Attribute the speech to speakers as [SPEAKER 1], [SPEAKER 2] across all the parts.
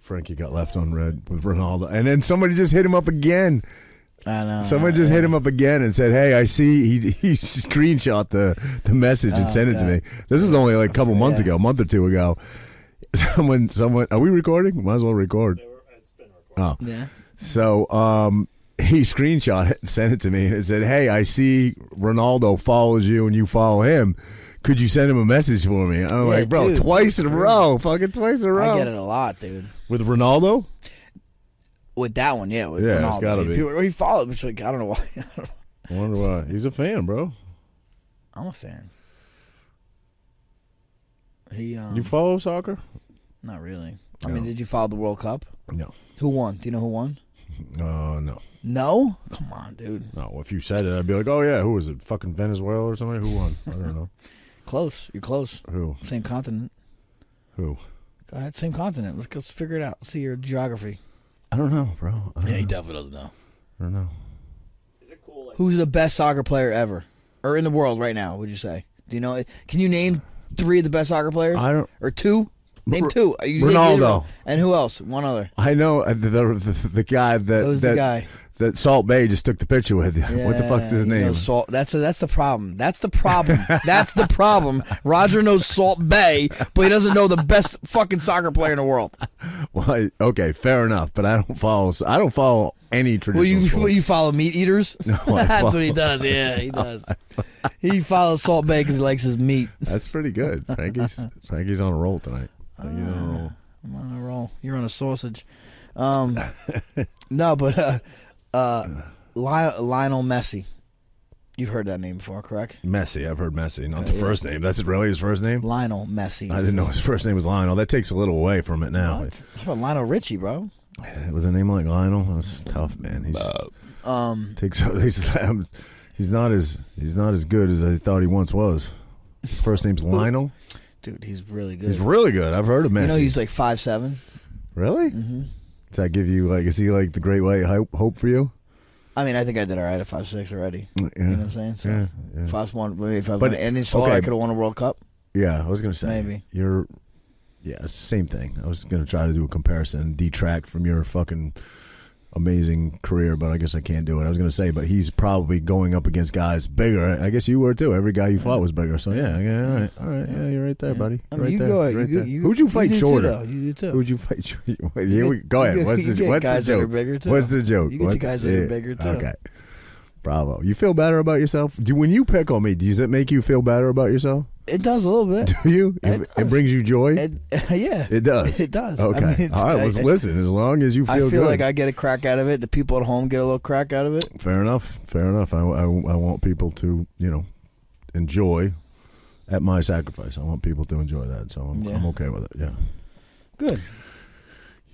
[SPEAKER 1] Frankie got left on red with Ronaldo, and then somebody just hit him up again.
[SPEAKER 2] I know.
[SPEAKER 1] Someone just hit him up again and said, "Hey, I see he, he screenshot the the message
[SPEAKER 2] Oh,
[SPEAKER 1] and sent it to me." This is only like a couple months ago, a month or two ago. Someone, someone, are we recording? Might as well record. Oh,
[SPEAKER 2] Yeah.
[SPEAKER 1] so um, he screenshot it and sent it to me, and it said, "Hey, I see Ronaldo follows you, and you follow him. Could you send him a message for me?" I'm like, "Bro,
[SPEAKER 2] dude.
[SPEAKER 1] twice in a row, fucking twice in a row
[SPEAKER 2] I get it a lot, dude.
[SPEAKER 1] with Ronaldo."
[SPEAKER 2] With that one, yeah. With
[SPEAKER 1] Yeah,
[SPEAKER 2] Ronaldo.
[SPEAKER 1] it's gotta be.
[SPEAKER 2] People- he followed, which like I don't know why. I don't know.
[SPEAKER 1] I wonder why. He's a fan, bro.
[SPEAKER 2] I'm a fan. He um,
[SPEAKER 1] You follow soccer?
[SPEAKER 2] not really. I mean, did you follow the World Cup?
[SPEAKER 1] No.
[SPEAKER 2] Who won? Do you know who won?
[SPEAKER 1] Uh, no.
[SPEAKER 2] No. Come on, dude.
[SPEAKER 1] No. If you said it, I'd be like, oh, yeah, who was it? Fucking Venezuela or somebody? Who won? I don't know.
[SPEAKER 2] Close. You're close.
[SPEAKER 1] Who?
[SPEAKER 2] Same continent.
[SPEAKER 1] Who?
[SPEAKER 2] Go ahead. Same continent. Let's, let's figure it out. See your geography.
[SPEAKER 1] I don't know, bro. I don't,
[SPEAKER 2] he definitely doesn't know.
[SPEAKER 1] I don't know.
[SPEAKER 2] Who's the best soccer player ever, or in the world right now? Would you say? Do you know? Can you name three of the best soccer players?
[SPEAKER 1] I don't-
[SPEAKER 2] Or two? Name
[SPEAKER 1] R-
[SPEAKER 2] two. Uh, You named
[SPEAKER 1] Ronaldo.
[SPEAKER 2] zero. And who else? One other.
[SPEAKER 1] I know uh, the, the, the, the guy that.
[SPEAKER 2] Who's
[SPEAKER 1] that
[SPEAKER 2] the guy?
[SPEAKER 1] That Salt Bay just took the picture with. what the fuck's
[SPEAKER 2] Yeah,
[SPEAKER 1] his
[SPEAKER 2] he
[SPEAKER 1] name?
[SPEAKER 2] knows Salt. That's that's the problem. That's the problem. that's the problem. Roger knows Salt Bay, but he doesn't know the best fucking soccer player in the world.
[SPEAKER 1] Well, I- okay, fair enough, but I don't follow. I don't follow any traditional.
[SPEAKER 2] Will you will
[SPEAKER 1] sports.
[SPEAKER 2] you follow meat eaters?
[SPEAKER 1] No, I
[SPEAKER 2] that's
[SPEAKER 1] follow-
[SPEAKER 2] what he does. Yeah, he does. he follows Salt Bay because he likes his meat.
[SPEAKER 1] That's pretty good. Frankie's Frankie's on a roll tonight. Frankie's on
[SPEAKER 2] Ah.
[SPEAKER 1] a roll.
[SPEAKER 2] I'm on a roll. You're on a sausage. Um, no, but uh, uh, Li- Lionel Messi. You've heard that name before, correct?
[SPEAKER 1] Messi. I've heard Messi. Not the first name. That's really his first name.
[SPEAKER 2] Lionel Messi.
[SPEAKER 1] I didn't know his first name was Lionel. That takes a little away from it now.
[SPEAKER 2] What? How about Lionel Richie, bro?
[SPEAKER 1] With a name like Lionel, that's tough, man. He's
[SPEAKER 2] Um,
[SPEAKER 1] takes he's um, he's not as he's not as good as I thought he once was. His first name's Lionel.
[SPEAKER 2] dude, he's really good.
[SPEAKER 1] He's really good. I've heard of Messi.
[SPEAKER 2] you know, he's like five seven.
[SPEAKER 1] really? Mm-hmm. Does that give you like is he like the great white hope, hope for you?
[SPEAKER 2] I mean, I think I did all right at five six already.
[SPEAKER 1] Yeah.
[SPEAKER 2] You know what I'm saying? So
[SPEAKER 1] Yeah,
[SPEAKER 2] If I was one, maybe if I was
[SPEAKER 1] But-
[SPEAKER 2] one, and it's taller,
[SPEAKER 1] okay.
[SPEAKER 2] I could have won a World Cup.
[SPEAKER 1] Yeah, I was gonna say
[SPEAKER 2] Maybe.
[SPEAKER 1] you're. Yeah, it's the same thing. I was gonna try to do a comparison, and detract from your fucking amazing career, but I guess I can't do it. I was gonna say, but he's probably going up against guys bigger. I guess you were too. Every guy you fought was bigger. So yeah, yeah, all right, all right, yeah, you're right there, buddy.
[SPEAKER 2] I mean,
[SPEAKER 1] right
[SPEAKER 2] you
[SPEAKER 1] there,
[SPEAKER 2] go.
[SPEAKER 1] right
[SPEAKER 2] you, go-
[SPEAKER 1] there.
[SPEAKER 2] you,
[SPEAKER 1] Who'd you fight
[SPEAKER 2] do too,
[SPEAKER 1] shorter?
[SPEAKER 2] though. You do too.
[SPEAKER 1] Who'd you fight shorter? Here we go.
[SPEAKER 2] you
[SPEAKER 1] Ahead.
[SPEAKER 2] get-
[SPEAKER 1] What's
[SPEAKER 2] you
[SPEAKER 1] the
[SPEAKER 2] get
[SPEAKER 1] what's
[SPEAKER 2] guys
[SPEAKER 1] the
[SPEAKER 2] that are
[SPEAKER 1] joke?
[SPEAKER 2] bigger, too.
[SPEAKER 1] What's the joke?
[SPEAKER 2] You get the
[SPEAKER 1] What's
[SPEAKER 2] guys that are
[SPEAKER 1] yeah.
[SPEAKER 2] bigger, too.
[SPEAKER 1] Okay. Bravo. You feel better about yourself? Do when you pick on me, does it make you feel better about yourself?
[SPEAKER 2] It does a little bit.
[SPEAKER 1] Do you? It, it
[SPEAKER 2] does.
[SPEAKER 1] brings you joy.
[SPEAKER 2] It, yeah,
[SPEAKER 1] It does.
[SPEAKER 2] It does. I
[SPEAKER 1] Okay.
[SPEAKER 2] mean, it's-
[SPEAKER 1] All right.
[SPEAKER 2] I-
[SPEAKER 1] Let's
[SPEAKER 2] I-
[SPEAKER 1] listen. As long as you feel,
[SPEAKER 2] I feel
[SPEAKER 1] good.
[SPEAKER 2] like I get a crack out of it. The people at home get a little crack out of it.
[SPEAKER 1] Fair enough. Fair enough. I, I, I want people to you know enjoy at my sacrifice. I want people to enjoy that. So I'm,
[SPEAKER 2] Yeah.
[SPEAKER 1] I'm okay with it. Yeah.
[SPEAKER 2] Good.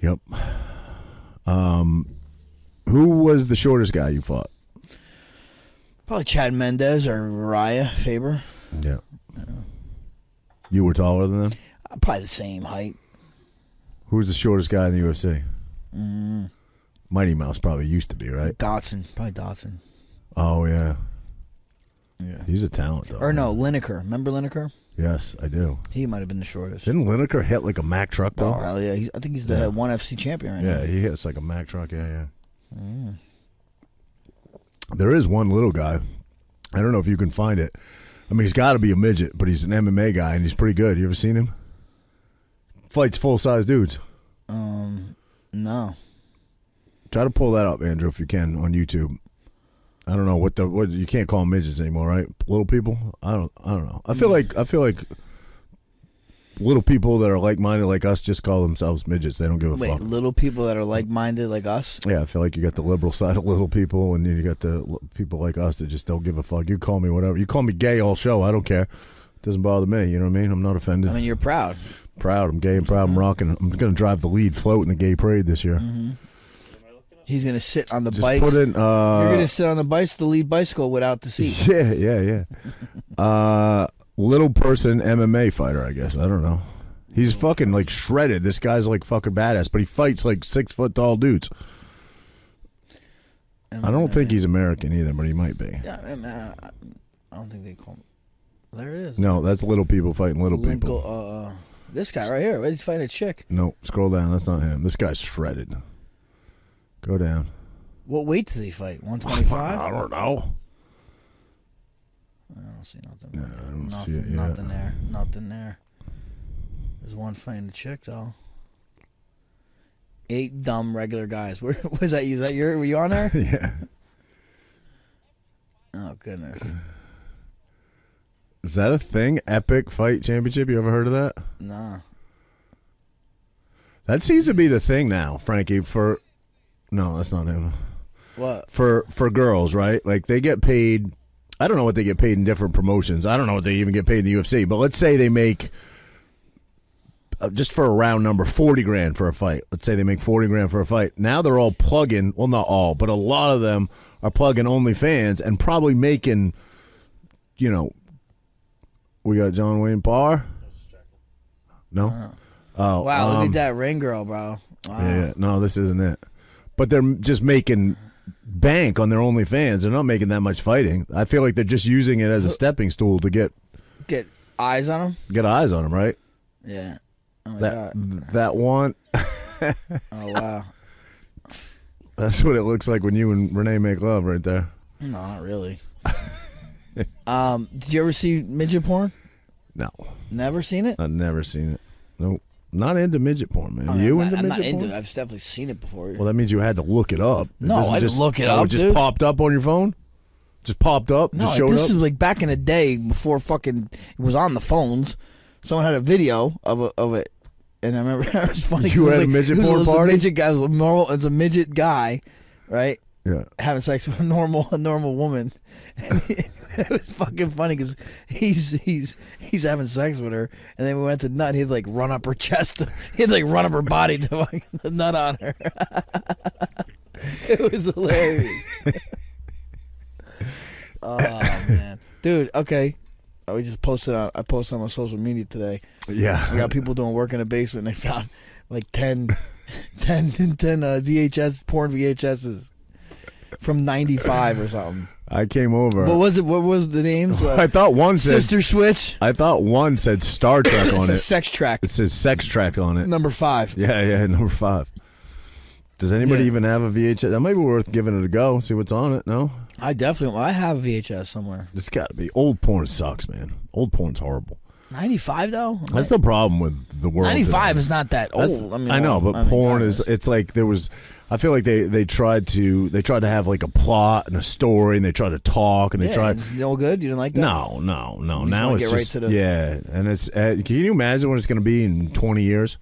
[SPEAKER 1] Yep. Um, who was the shortest guy you fought?
[SPEAKER 2] Probably Chad Mendez or Raya Faber.
[SPEAKER 1] Yeah. You were taller than them.
[SPEAKER 2] Uh, Probably the same height.
[SPEAKER 1] Who was the shortest guy in the UFC?
[SPEAKER 2] Mm.
[SPEAKER 1] Mighty Mouse probably used to be right.
[SPEAKER 2] Dotson. Probably Dotson.
[SPEAKER 1] Oh yeah.
[SPEAKER 2] Yeah.
[SPEAKER 1] He's a talent though.
[SPEAKER 2] Or no, Lineker. Remember Lineker?
[SPEAKER 1] Yes, I do.
[SPEAKER 2] He might have been the shortest.
[SPEAKER 1] Didn't Lineker hit like a Mack truck though?
[SPEAKER 2] Probably, yeah. He's, I think he's the
[SPEAKER 1] Yeah.
[SPEAKER 2] one FC champion right
[SPEAKER 1] Yeah,
[SPEAKER 2] now.
[SPEAKER 1] he hits like a Mack truck. Yeah, yeah. There is one little guy. I don't know if you can find it. I mean, he's got to be a midget, but he's an MMA guy and he's pretty good. You ever seen him? Fights full size dudes.
[SPEAKER 2] Um, no.
[SPEAKER 1] Try to pull that up, Andrew, if you can on YouTube. I don't know what the what you can't call them midgets anymore, right? Little people. I don't. I don't know. I feel like I feel like little people that are like minded like us just call themselves midgets. They don't give a
[SPEAKER 2] Wait,
[SPEAKER 1] fuck.
[SPEAKER 2] little people that are like minded like us?
[SPEAKER 1] Yeah, I feel like you got the liberal side of little people, and then you got the l- people like us that just don't give a fuck. You call me whatever. You call me gay all show. I don't care. doesn't bother me. You know what I mean? I'm not offended.
[SPEAKER 2] I mean, you're proud.
[SPEAKER 1] proud. I'm gay and proud. I'm rocking. I'm gonna drive the lead float in the gay parade this year.
[SPEAKER 2] He's gonna sit on the
[SPEAKER 1] Just
[SPEAKER 2] bike.
[SPEAKER 1] put in. Uh,
[SPEAKER 2] Mm-hmm. you're gonna sit on the bike, the lead bicycle without the seat.
[SPEAKER 1] yeah, yeah, yeah. uh, little person MMA fighter, I guess. I don't know.
[SPEAKER 2] Mm.
[SPEAKER 1] He's fucking like shredded. This guy's like fucking badass, but he fights like six foot tall dudes. I don't think he's American either, but he might be.
[SPEAKER 2] uh, Mm. Yeah, I, mean, I, I- I don't think they call him. There it is.
[SPEAKER 1] No, that's little people fighting little
[SPEAKER 2] Lincoln-
[SPEAKER 1] people.
[SPEAKER 2] uh, uh, this guy right here. He's fighting a chick.
[SPEAKER 1] No, scroll down. That's not him. This guy's shredded. Go down.
[SPEAKER 2] What weight does he fight? 125? I
[SPEAKER 1] don't know.
[SPEAKER 2] don't see nothing.
[SPEAKER 1] I don't
[SPEAKER 2] nothing,
[SPEAKER 1] see it yet.
[SPEAKER 2] nothing there. Nothing there. There's one fighting a chick though. Eight dumb regular guys. Where was that? You? Is that your? Were you on there?
[SPEAKER 1] yeah.
[SPEAKER 2] oh goodness.
[SPEAKER 1] Is that a thing? Epic Fight Championship. You ever heard of that?
[SPEAKER 2] Nah.
[SPEAKER 1] That seems to be the thing now, Frankie. For no, that's not him.
[SPEAKER 2] What?
[SPEAKER 1] For for girls, right? Like they get paid. I don't know what they get paid in different promotions. I don't know what they even get paid in the UFC. But let's say they make uh, just for a round number, forty grand for a fight. Let's say they make forty grand for a fight. Now they're all plugging. Well, not all, but a lot of them are plugging OnlyFans and probably making. You know, we got John Wayne Barr. No. Oh
[SPEAKER 2] Wow, look
[SPEAKER 1] um,
[SPEAKER 2] at that ring girl, bro. Wow.
[SPEAKER 1] yeah, no, this isn't it. But they're just making bank on their OnlyFans. They're not making that much fighting. I feel like they're just using it as a stepping stool to get
[SPEAKER 2] Get eyes on him.
[SPEAKER 1] get eyes on them, right?
[SPEAKER 2] Yeah. Oh my
[SPEAKER 1] That
[SPEAKER 2] god.
[SPEAKER 1] that one.
[SPEAKER 2] Oh wow.
[SPEAKER 1] That's what it looks like when you and Renee make love, right there.
[SPEAKER 2] No, not really. um, did you ever see midget porn?
[SPEAKER 1] No,
[SPEAKER 2] Never seen it.
[SPEAKER 1] I've never seen it. Nope, not into midget porn, man.
[SPEAKER 2] Oh,
[SPEAKER 1] you
[SPEAKER 2] I'm
[SPEAKER 1] into
[SPEAKER 2] not,
[SPEAKER 1] midget
[SPEAKER 2] I'm not
[SPEAKER 1] porn?
[SPEAKER 2] into it. I've definitely seen it before.
[SPEAKER 1] Well, that means you had to look it up. It
[SPEAKER 2] No,
[SPEAKER 1] doesn't
[SPEAKER 2] I didn't look it
[SPEAKER 1] oh,
[SPEAKER 2] up,
[SPEAKER 1] just
[SPEAKER 2] dude.
[SPEAKER 1] popped up on your phone. Just popped up.
[SPEAKER 2] no,
[SPEAKER 1] just showed
[SPEAKER 2] this
[SPEAKER 1] up.
[SPEAKER 2] is like back in the day before fucking it was on the phones. Someone had a video of a, of it, and I remember it was funny. 'cause
[SPEAKER 1] You
[SPEAKER 2] it was
[SPEAKER 1] had a
[SPEAKER 2] like,
[SPEAKER 1] midget
[SPEAKER 2] it was
[SPEAKER 1] porn
[SPEAKER 2] it was
[SPEAKER 1] party?
[SPEAKER 2] A midget guy it was a normal. It was a midget guy, right?
[SPEAKER 1] yeah.
[SPEAKER 2] having sex with a normal a normal woman. And it was fucking funny because he's he's he's having sex with her, and then we went to nut. And he'd like run up her chest, he'd like run up her body to fucking the nut on her. it was hilarious. oh man, dude. Okay, Oh, we just posted on. I posted on my social media today.
[SPEAKER 1] Yeah.
[SPEAKER 2] We got people doing work in the basement. and They found like 10, 10, 10 uh, VHS porn VHSs from '95 or something.
[SPEAKER 1] I came over.
[SPEAKER 2] What was it? What was the name? Uh,
[SPEAKER 1] I thought one said
[SPEAKER 2] Sister Switch.
[SPEAKER 1] I thought one said Star Trek on
[SPEAKER 2] It's a
[SPEAKER 1] it.
[SPEAKER 2] sex track.
[SPEAKER 1] It says sex track on it.
[SPEAKER 2] Number five.
[SPEAKER 1] Yeah, yeah, number five. Does anybody
[SPEAKER 2] Yeah.
[SPEAKER 1] even have a VHS? That might be worth giving it a go. See what's on it. No,
[SPEAKER 2] I definitely. I have VHS somewhere.
[SPEAKER 1] it's got to be old porn sucks, man. Old porn's horrible.
[SPEAKER 2] '95 though.
[SPEAKER 1] That's the problem with the world.
[SPEAKER 2] '95
[SPEAKER 1] today.
[SPEAKER 2] is not that
[SPEAKER 1] uh, That's-
[SPEAKER 2] old. I mean,
[SPEAKER 1] know, but
[SPEAKER 2] I mean,
[SPEAKER 1] porn
[SPEAKER 2] God,
[SPEAKER 1] is. It's like there was. I feel like they they tried to they tried to have like a plot and a story and they tried to talk and they
[SPEAKER 2] Yeah,
[SPEAKER 1] tried.
[SPEAKER 2] It's no good. You didn't like that.
[SPEAKER 1] No, no, no.
[SPEAKER 2] just
[SPEAKER 1] Now
[SPEAKER 2] wanna
[SPEAKER 1] it's
[SPEAKER 2] get right
[SPEAKER 1] just
[SPEAKER 2] to the-
[SPEAKER 1] yeah, and it's. Uh, can you imagine what it's going to be in twenty years?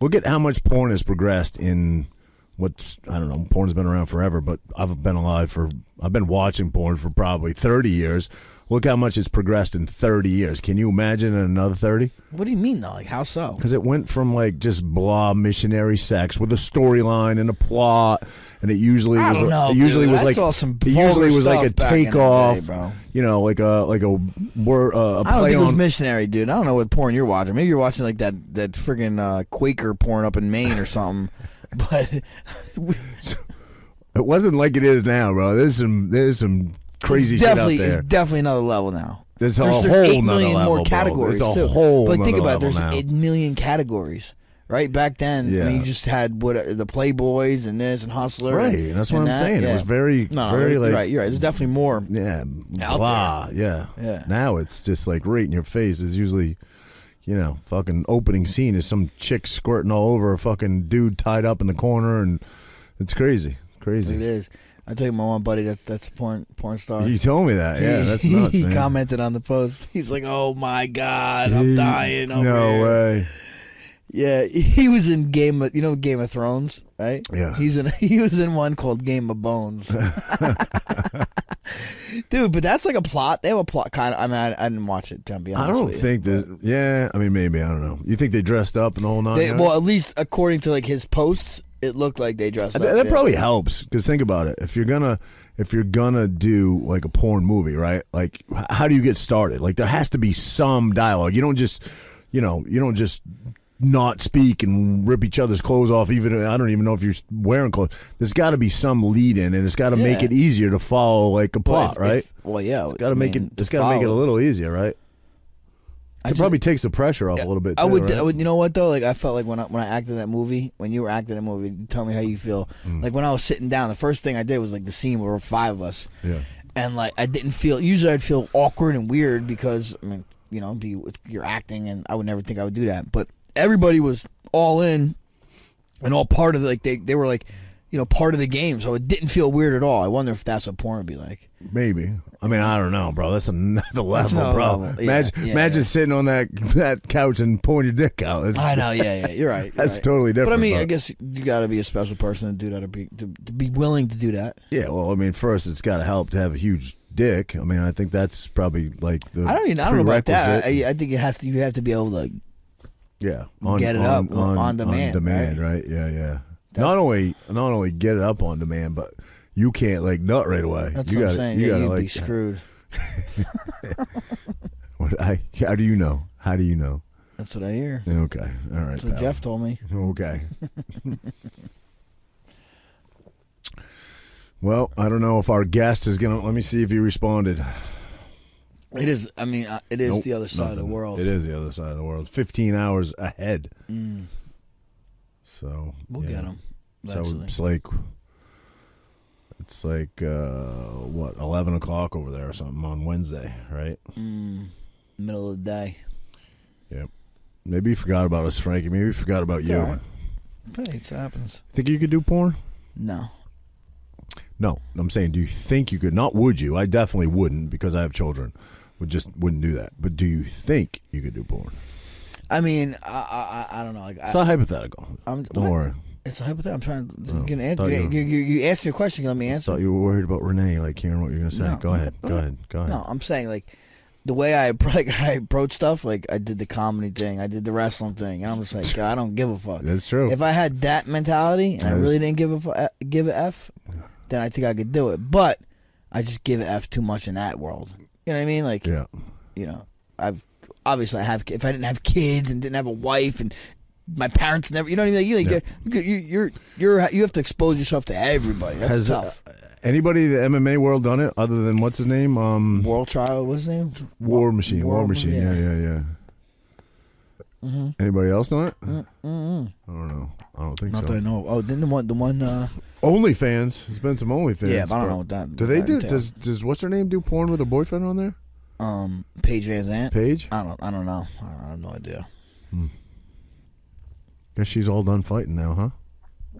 [SPEAKER 1] Look at how much porn has progressed in what's I don't know. Porn's been around forever, but I've been alive for I've been watching porn for probably thirty years. Look how much it's progressed in thirty years. Can you imagine in another thirty?
[SPEAKER 2] What do you mean though? Like how so?
[SPEAKER 1] Because it went from like just blah missionary sex with a storyline and a plot, and it usually
[SPEAKER 2] I
[SPEAKER 1] was
[SPEAKER 2] don't know,
[SPEAKER 1] it usually
[SPEAKER 2] dude.
[SPEAKER 1] was
[SPEAKER 2] I
[SPEAKER 1] like
[SPEAKER 2] saw some
[SPEAKER 1] it usually
[SPEAKER 2] vulgar
[SPEAKER 1] was like a
[SPEAKER 2] stuff back in the day,
[SPEAKER 1] takeoff,
[SPEAKER 2] bro.
[SPEAKER 1] you know, like a like a word uh, a
[SPEAKER 2] I don't
[SPEAKER 1] play
[SPEAKER 2] think it was
[SPEAKER 1] on-
[SPEAKER 2] missionary, dude. I don't know what porn you're watching. Maybe you're watching like that that friggin' uh, Quaker porn up in Maine or something. but
[SPEAKER 1] It wasn't like it is now, bro. There's some there's some crazy
[SPEAKER 2] it's
[SPEAKER 1] shit out
[SPEAKER 2] definitely
[SPEAKER 1] there.
[SPEAKER 2] it's definitely another level now.
[SPEAKER 1] There's a
[SPEAKER 2] there's
[SPEAKER 1] whole
[SPEAKER 2] eight
[SPEAKER 1] nother
[SPEAKER 2] million
[SPEAKER 1] level,
[SPEAKER 2] more
[SPEAKER 1] bro.
[SPEAKER 2] categories.
[SPEAKER 1] There's a
[SPEAKER 2] too.
[SPEAKER 1] whole
[SPEAKER 2] But think
[SPEAKER 1] nother
[SPEAKER 2] about it,
[SPEAKER 1] level
[SPEAKER 2] there's
[SPEAKER 1] now.
[SPEAKER 2] eight million categories. Right back then, I
[SPEAKER 1] Yeah.
[SPEAKER 2] mean, you just had what uh, the Playboys and this and Hustler,
[SPEAKER 1] right,
[SPEAKER 2] And,
[SPEAKER 1] and that's what
[SPEAKER 2] and
[SPEAKER 1] I'm
[SPEAKER 2] that,
[SPEAKER 1] saying.
[SPEAKER 2] yeah.
[SPEAKER 1] It was very
[SPEAKER 2] no, no,
[SPEAKER 1] very
[SPEAKER 2] you're
[SPEAKER 1] like
[SPEAKER 2] right. You're right. There's definitely more.
[SPEAKER 1] yeah,
[SPEAKER 2] Out
[SPEAKER 1] blah, yeah,
[SPEAKER 2] Yeah.
[SPEAKER 1] Now it's just like right in your face. Is usually, you know, fucking opening scene is some chick squirting all over a fucking dude tied up in the corner, and it's crazy,
[SPEAKER 2] It
[SPEAKER 1] crazy.
[SPEAKER 2] is. I told my one buddy that that's a porn porn star.
[SPEAKER 1] You told me that. Yeah, that's nuts.
[SPEAKER 2] he
[SPEAKER 1] man.
[SPEAKER 2] commented on the post. He's like, "Oh my god, I'm
[SPEAKER 1] He-
[SPEAKER 2] dying." Over
[SPEAKER 1] No
[SPEAKER 2] here."
[SPEAKER 1] way.
[SPEAKER 2] Yeah, he was in Game of you know Game of Thrones, right?
[SPEAKER 1] Yeah.
[SPEAKER 2] He's in he was in one called Game of Bones. Dude, but that's like a plot. They have a plot kind of I mean I, I didn't watch it, to be
[SPEAKER 1] I
[SPEAKER 2] honest.
[SPEAKER 1] don't
[SPEAKER 2] with you.
[SPEAKER 1] think that. Yeah, I mean, maybe I don't know. You think they dressed up and the whole nine?
[SPEAKER 2] They,
[SPEAKER 1] yards?
[SPEAKER 2] well, at least according to like his posts, it looked like they dressed
[SPEAKER 1] that,
[SPEAKER 2] up.
[SPEAKER 1] that
[SPEAKER 2] yeah.
[SPEAKER 1] probably helps because think about it. If you're gonna, if you're gonna do like a porn movie, right? Like, h- how do you get started? Like, there has to be some dialogue. You don't just, you know, you don't just not speak and rip each other's clothes off. Even I don't even know if you're wearing clothes. There's got to be some lead in, and it's got to make
[SPEAKER 2] Yeah.
[SPEAKER 1] it easier to follow like a
[SPEAKER 2] Well,
[SPEAKER 1] plot,
[SPEAKER 2] if-
[SPEAKER 1] right?
[SPEAKER 2] if- well, yeah,
[SPEAKER 1] Got to make it. It's got to make it a little easier, right? It
[SPEAKER 2] Actually-
[SPEAKER 1] probably takes the pressure off a little bit.
[SPEAKER 2] I
[SPEAKER 1] too,
[SPEAKER 2] would,
[SPEAKER 1] right?
[SPEAKER 2] I would, you know what though? Like I felt like when I when I acted in that movie, when you were acting in that movie, you tell me how you feel.
[SPEAKER 1] Mm.
[SPEAKER 2] Like when I was sitting down, the first thing I did was like the scene where five of us,
[SPEAKER 1] Yeah.
[SPEAKER 2] and like I didn't feel. Usually I'd feel awkward and weird because I mean, you know, be you're acting, and I would never think I would do that. But everybody was all in, and all part of the, like they they were like, you know, part of the game, so it didn't feel weird at all. I wonder if that's what porn would be like.
[SPEAKER 1] Maybe. I mean, I don't know, bro. That's another level,
[SPEAKER 2] another
[SPEAKER 1] bro.
[SPEAKER 2] level. Yeah,
[SPEAKER 1] imagine
[SPEAKER 2] yeah,
[SPEAKER 1] imagine
[SPEAKER 2] yeah.
[SPEAKER 1] sitting on that that couch and pulling your dick out. That's,
[SPEAKER 2] I know, yeah, yeah, you're right. you're
[SPEAKER 1] that's
[SPEAKER 2] right.
[SPEAKER 1] totally different.
[SPEAKER 2] But I mean, I guess you got to be a special person to do that, or be to, to be willing to do that.
[SPEAKER 1] yeah. Well, I mean, first it's got to help to have a huge dick. I mean, I think that's probably like the.
[SPEAKER 2] I don't even. I don't know about that.
[SPEAKER 1] prerequisite.
[SPEAKER 2] I, I think it has to. You have to be able to.
[SPEAKER 1] yeah,
[SPEAKER 2] get it up on demand,
[SPEAKER 1] demand, right? Yeah, yeah. not only not only get it up on demand, but you can't like nut right away.
[SPEAKER 2] That's
[SPEAKER 1] you
[SPEAKER 2] what
[SPEAKER 1] gotta,
[SPEAKER 2] I'm saying.
[SPEAKER 1] You
[SPEAKER 2] yeah,
[SPEAKER 1] gotta
[SPEAKER 2] you'd
[SPEAKER 1] like.
[SPEAKER 2] be screwed.
[SPEAKER 1] What- I, how do you know? How do you know?
[SPEAKER 2] That's what I hear.
[SPEAKER 1] Okay, all right.
[SPEAKER 2] That's what
[SPEAKER 1] pal.
[SPEAKER 2] Jeff told me.
[SPEAKER 1] Okay. well, I don't know if our guest is gonna. Let me see if he responded.
[SPEAKER 2] It is. I mean, uh, it is
[SPEAKER 1] Nope,
[SPEAKER 2] the other side of the
[SPEAKER 1] nothing.
[SPEAKER 2] world.
[SPEAKER 1] It is the other side of the world. Fifteen hours ahead.
[SPEAKER 2] Mm,
[SPEAKER 1] So
[SPEAKER 2] we'll
[SPEAKER 1] yeah.
[SPEAKER 2] get him.
[SPEAKER 1] So
[SPEAKER 2] eventually.
[SPEAKER 1] it's like it's like uh, what eleven o'clock over there or something on Wednesday, right?
[SPEAKER 2] Mm, middle of the day.
[SPEAKER 1] Maybe he forgot about us, Frankie. Maybe he forgot about
[SPEAKER 2] It's
[SPEAKER 1] you.
[SPEAKER 2] all right. It happens.
[SPEAKER 1] Think you could do porn?
[SPEAKER 2] No.
[SPEAKER 1] No, I'm saying, do you think you could? Not would you? I definitely wouldn't because I have children. Would just wouldn't do that. But do you think you could do porn?
[SPEAKER 2] I mean, I I, I- I don't know. Like, I,
[SPEAKER 1] It's a hypothetical.
[SPEAKER 2] I'm,
[SPEAKER 1] Don't
[SPEAKER 2] what?
[SPEAKER 1] worry.
[SPEAKER 2] It's a hypothetical. I'm trying.
[SPEAKER 1] Oh,
[SPEAKER 2] you, can answer,
[SPEAKER 1] thought
[SPEAKER 2] you,
[SPEAKER 1] you
[SPEAKER 2] you, you, you asked me a question. Let me
[SPEAKER 1] I
[SPEAKER 2] answer.
[SPEAKER 1] thought you were worried about Renee, like hearing what you're gonna say.
[SPEAKER 2] No.
[SPEAKER 1] go ahead. Go ahead. Go ahead.
[SPEAKER 2] No, I'm saying like the way I appro- like, I approach stuff. Like I did the comedy thing, I did the wrestling thing, and I'm just like, God, I don't give a fuck.
[SPEAKER 1] That's true.
[SPEAKER 2] If I had that mentality and I
[SPEAKER 1] That is-
[SPEAKER 2] really didn't give a fu- eh, give a f, then I think I could do it. But I just give a f too much in that world. You know what I mean? Like
[SPEAKER 1] yeah.
[SPEAKER 2] you know, I've obviously I have. If I didn't have kids and didn't have a wife and my parents never, you know what I mean? Like, you like
[SPEAKER 1] Yeah.
[SPEAKER 2] you, you, you're you're you have to expose yourself to everybody. That's
[SPEAKER 1] Has
[SPEAKER 2] tough.
[SPEAKER 1] uh, anybody in the MMA world done it other than what's his name? Um, War,
[SPEAKER 2] World trial, what's his name?
[SPEAKER 1] Machine. War, Machine. Yeah, yeah, yeah.
[SPEAKER 2] Mm-hmm.
[SPEAKER 1] Anybody else done it?
[SPEAKER 2] Mm-mm.
[SPEAKER 1] I don't know. I don't think
[SPEAKER 2] Not that I
[SPEAKER 1] so.
[SPEAKER 2] know. of. Oh, then the one, the one. Uh,
[SPEAKER 1] OnlyFans. There's been some OnlyFans.
[SPEAKER 2] yeah, but
[SPEAKER 1] bro.
[SPEAKER 2] I don't know what that.
[SPEAKER 1] Do they
[SPEAKER 2] that
[SPEAKER 1] do?
[SPEAKER 2] entails.
[SPEAKER 1] Does does what's her name do porn with a boyfriend on there?
[SPEAKER 2] um Paige Van Zant?
[SPEAKER 1] Paige.
[SPEAKER 2] I don't. I don't know. I, don't, I have no idea.
[SPEAKER 1] Guess she's all done fighting now, huh?